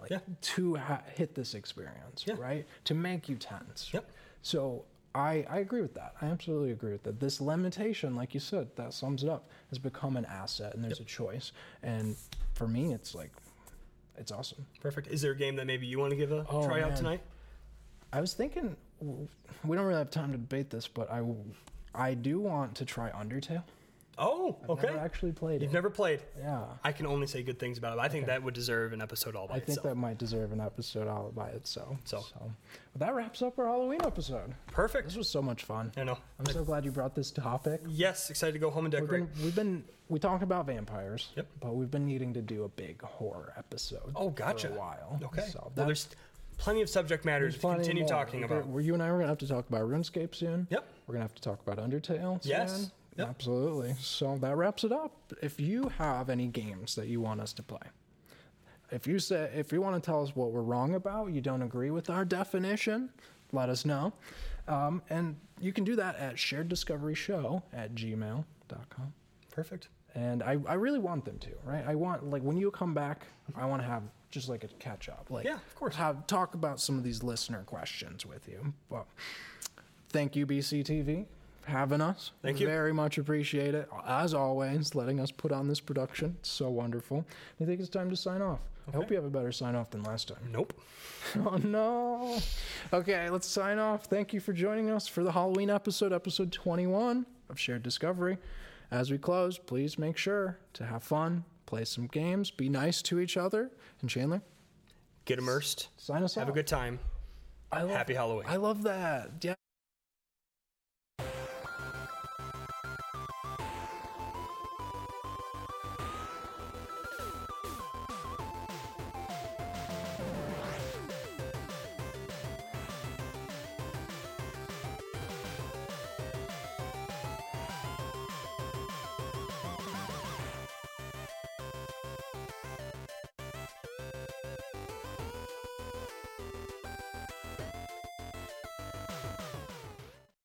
[SPEAKER 1] Like,
[SPEAKER 2] Yeah.
[SPEAKER 1] To ha- hit this experience,
[SPEAKER 2] Yeah.
[SPEAKER 1] right? To make you tense.
[SPEAKER 2] Yep.
[SPEAKER 1] So I, I agree with that. I absolutely agree with that. This limitation, like you said, that sums it up, has become an asset and there's a choice. And for me, it's like, it's awesome.
[SPEAKER 2] Perfect. Is there a game that maybe you want to give a
[SPEAKER 1] Oh,
[SPEAKER 2] try
[SPEAKER 1] man.
[SPEAKER 2] out tonight?
[SPEAKER 1] I was thinking w- we don't really have time to debate this, but I, w- I do want to try Undertale.
[SPEAKER 2] Oh, okay.
[SPEAKER 1] Never actually played
[SPEAKER 2] You've
[SPEAKER 1] it.
[SPEAKER 2] never played.
[SPEAKER 1] Yeah.
[SPEAKER 2] I can only say good things about it. I think that would deserve an episode all by
[SPEAKER 1] I think
[SPEAKER 2] itself.
[SPEAKER 1] that might deserve an episode all by itself.
[SPEAKER 2] So.
[SPEAKER 1] but that wraps up our Halloween episode.
[SPEAKER 2] Perfect.
[SPEAKER 1] This was so much fun.
[SPEAKER 2] I know.
[SPEAKER 1] I'm so glad you brought this topic.
[SPEAKER 2] Yes, excited to go home and decorate.
[SPEAKER 1] We've been, we've been we talked about vampires,
[SPEAKER 2] Yep.
[SPEAKER 1] but we've been needing to do a big horror episode.
[SPEAKER 2] oh, gotcha.
[SPEAKER 1] For a while.
[SPEAKER 2] Okay.
[SPEAKER 1] So
[SPEAKER 2] well,
[SPEAKER 1] that's
[SPEAKER 2] there's plenty of subject matters to
[SPEAKER 1] plenty
[SPEAKER 2] continue
[SPEAKER 1] more.
[SPEAKER 2] talking
[SPEAKER 1] We're-
[SPEAKER 2] about.
[SPEAKER 1] we're- You and I are gonna have to talk about RuneScape soon.
[SPEAKER 2] Yep.
[SPEAKER 1] We're gonna have to talk about Undertale.
[SPEAKER 2] Yes.
[SPEAKER 1] soon.
[SPEAKER 2] Yep.
[SPEAKER 1] Absolutely. So that wraps it up. If you have any games that you want us to play, if you say if you want to tell us what we're wrong about, you don't agree with our definition, let us know. Um, and you can do that at shareddiscoveryshow at gmail.com.
[SPEAKER 2] Perfect.
[SPEAKER 1] And I, I really want them to, right? I want like when you come back, I want to have just like a catch up. Like
[SPEAKER 2] Yeah, of course.
[SPEAKER 1] Have talk about some of these listener questions with you. But thank you, BCTV, having us.
[SPEAKER 2] Thank you.
[SPEAKER 1] Very much appreciate it. As always, letting us put on this production. It's so wonderful. I think it's time to sign off. I hope you have a better sign off than last time.
[SPEAKER 2] Nope.
[SPEAKER 1] Oh no. Okay, let's sign off. Thank you for joining us for the Halloween episode, episode 21 of Shared Discovery. As we close, please make sure to have fun, play some games, be nice to each other. And Chandler,
[SPEAKER 2] Get immersed.
[SPEAKER 1] sign us off.
[SPEAKER 2] Have a good time.
[SPEAKER 1] I love,
[SPEAKER 2] Happy Halloween.
[SPEAKER 1] I love that. Yeah.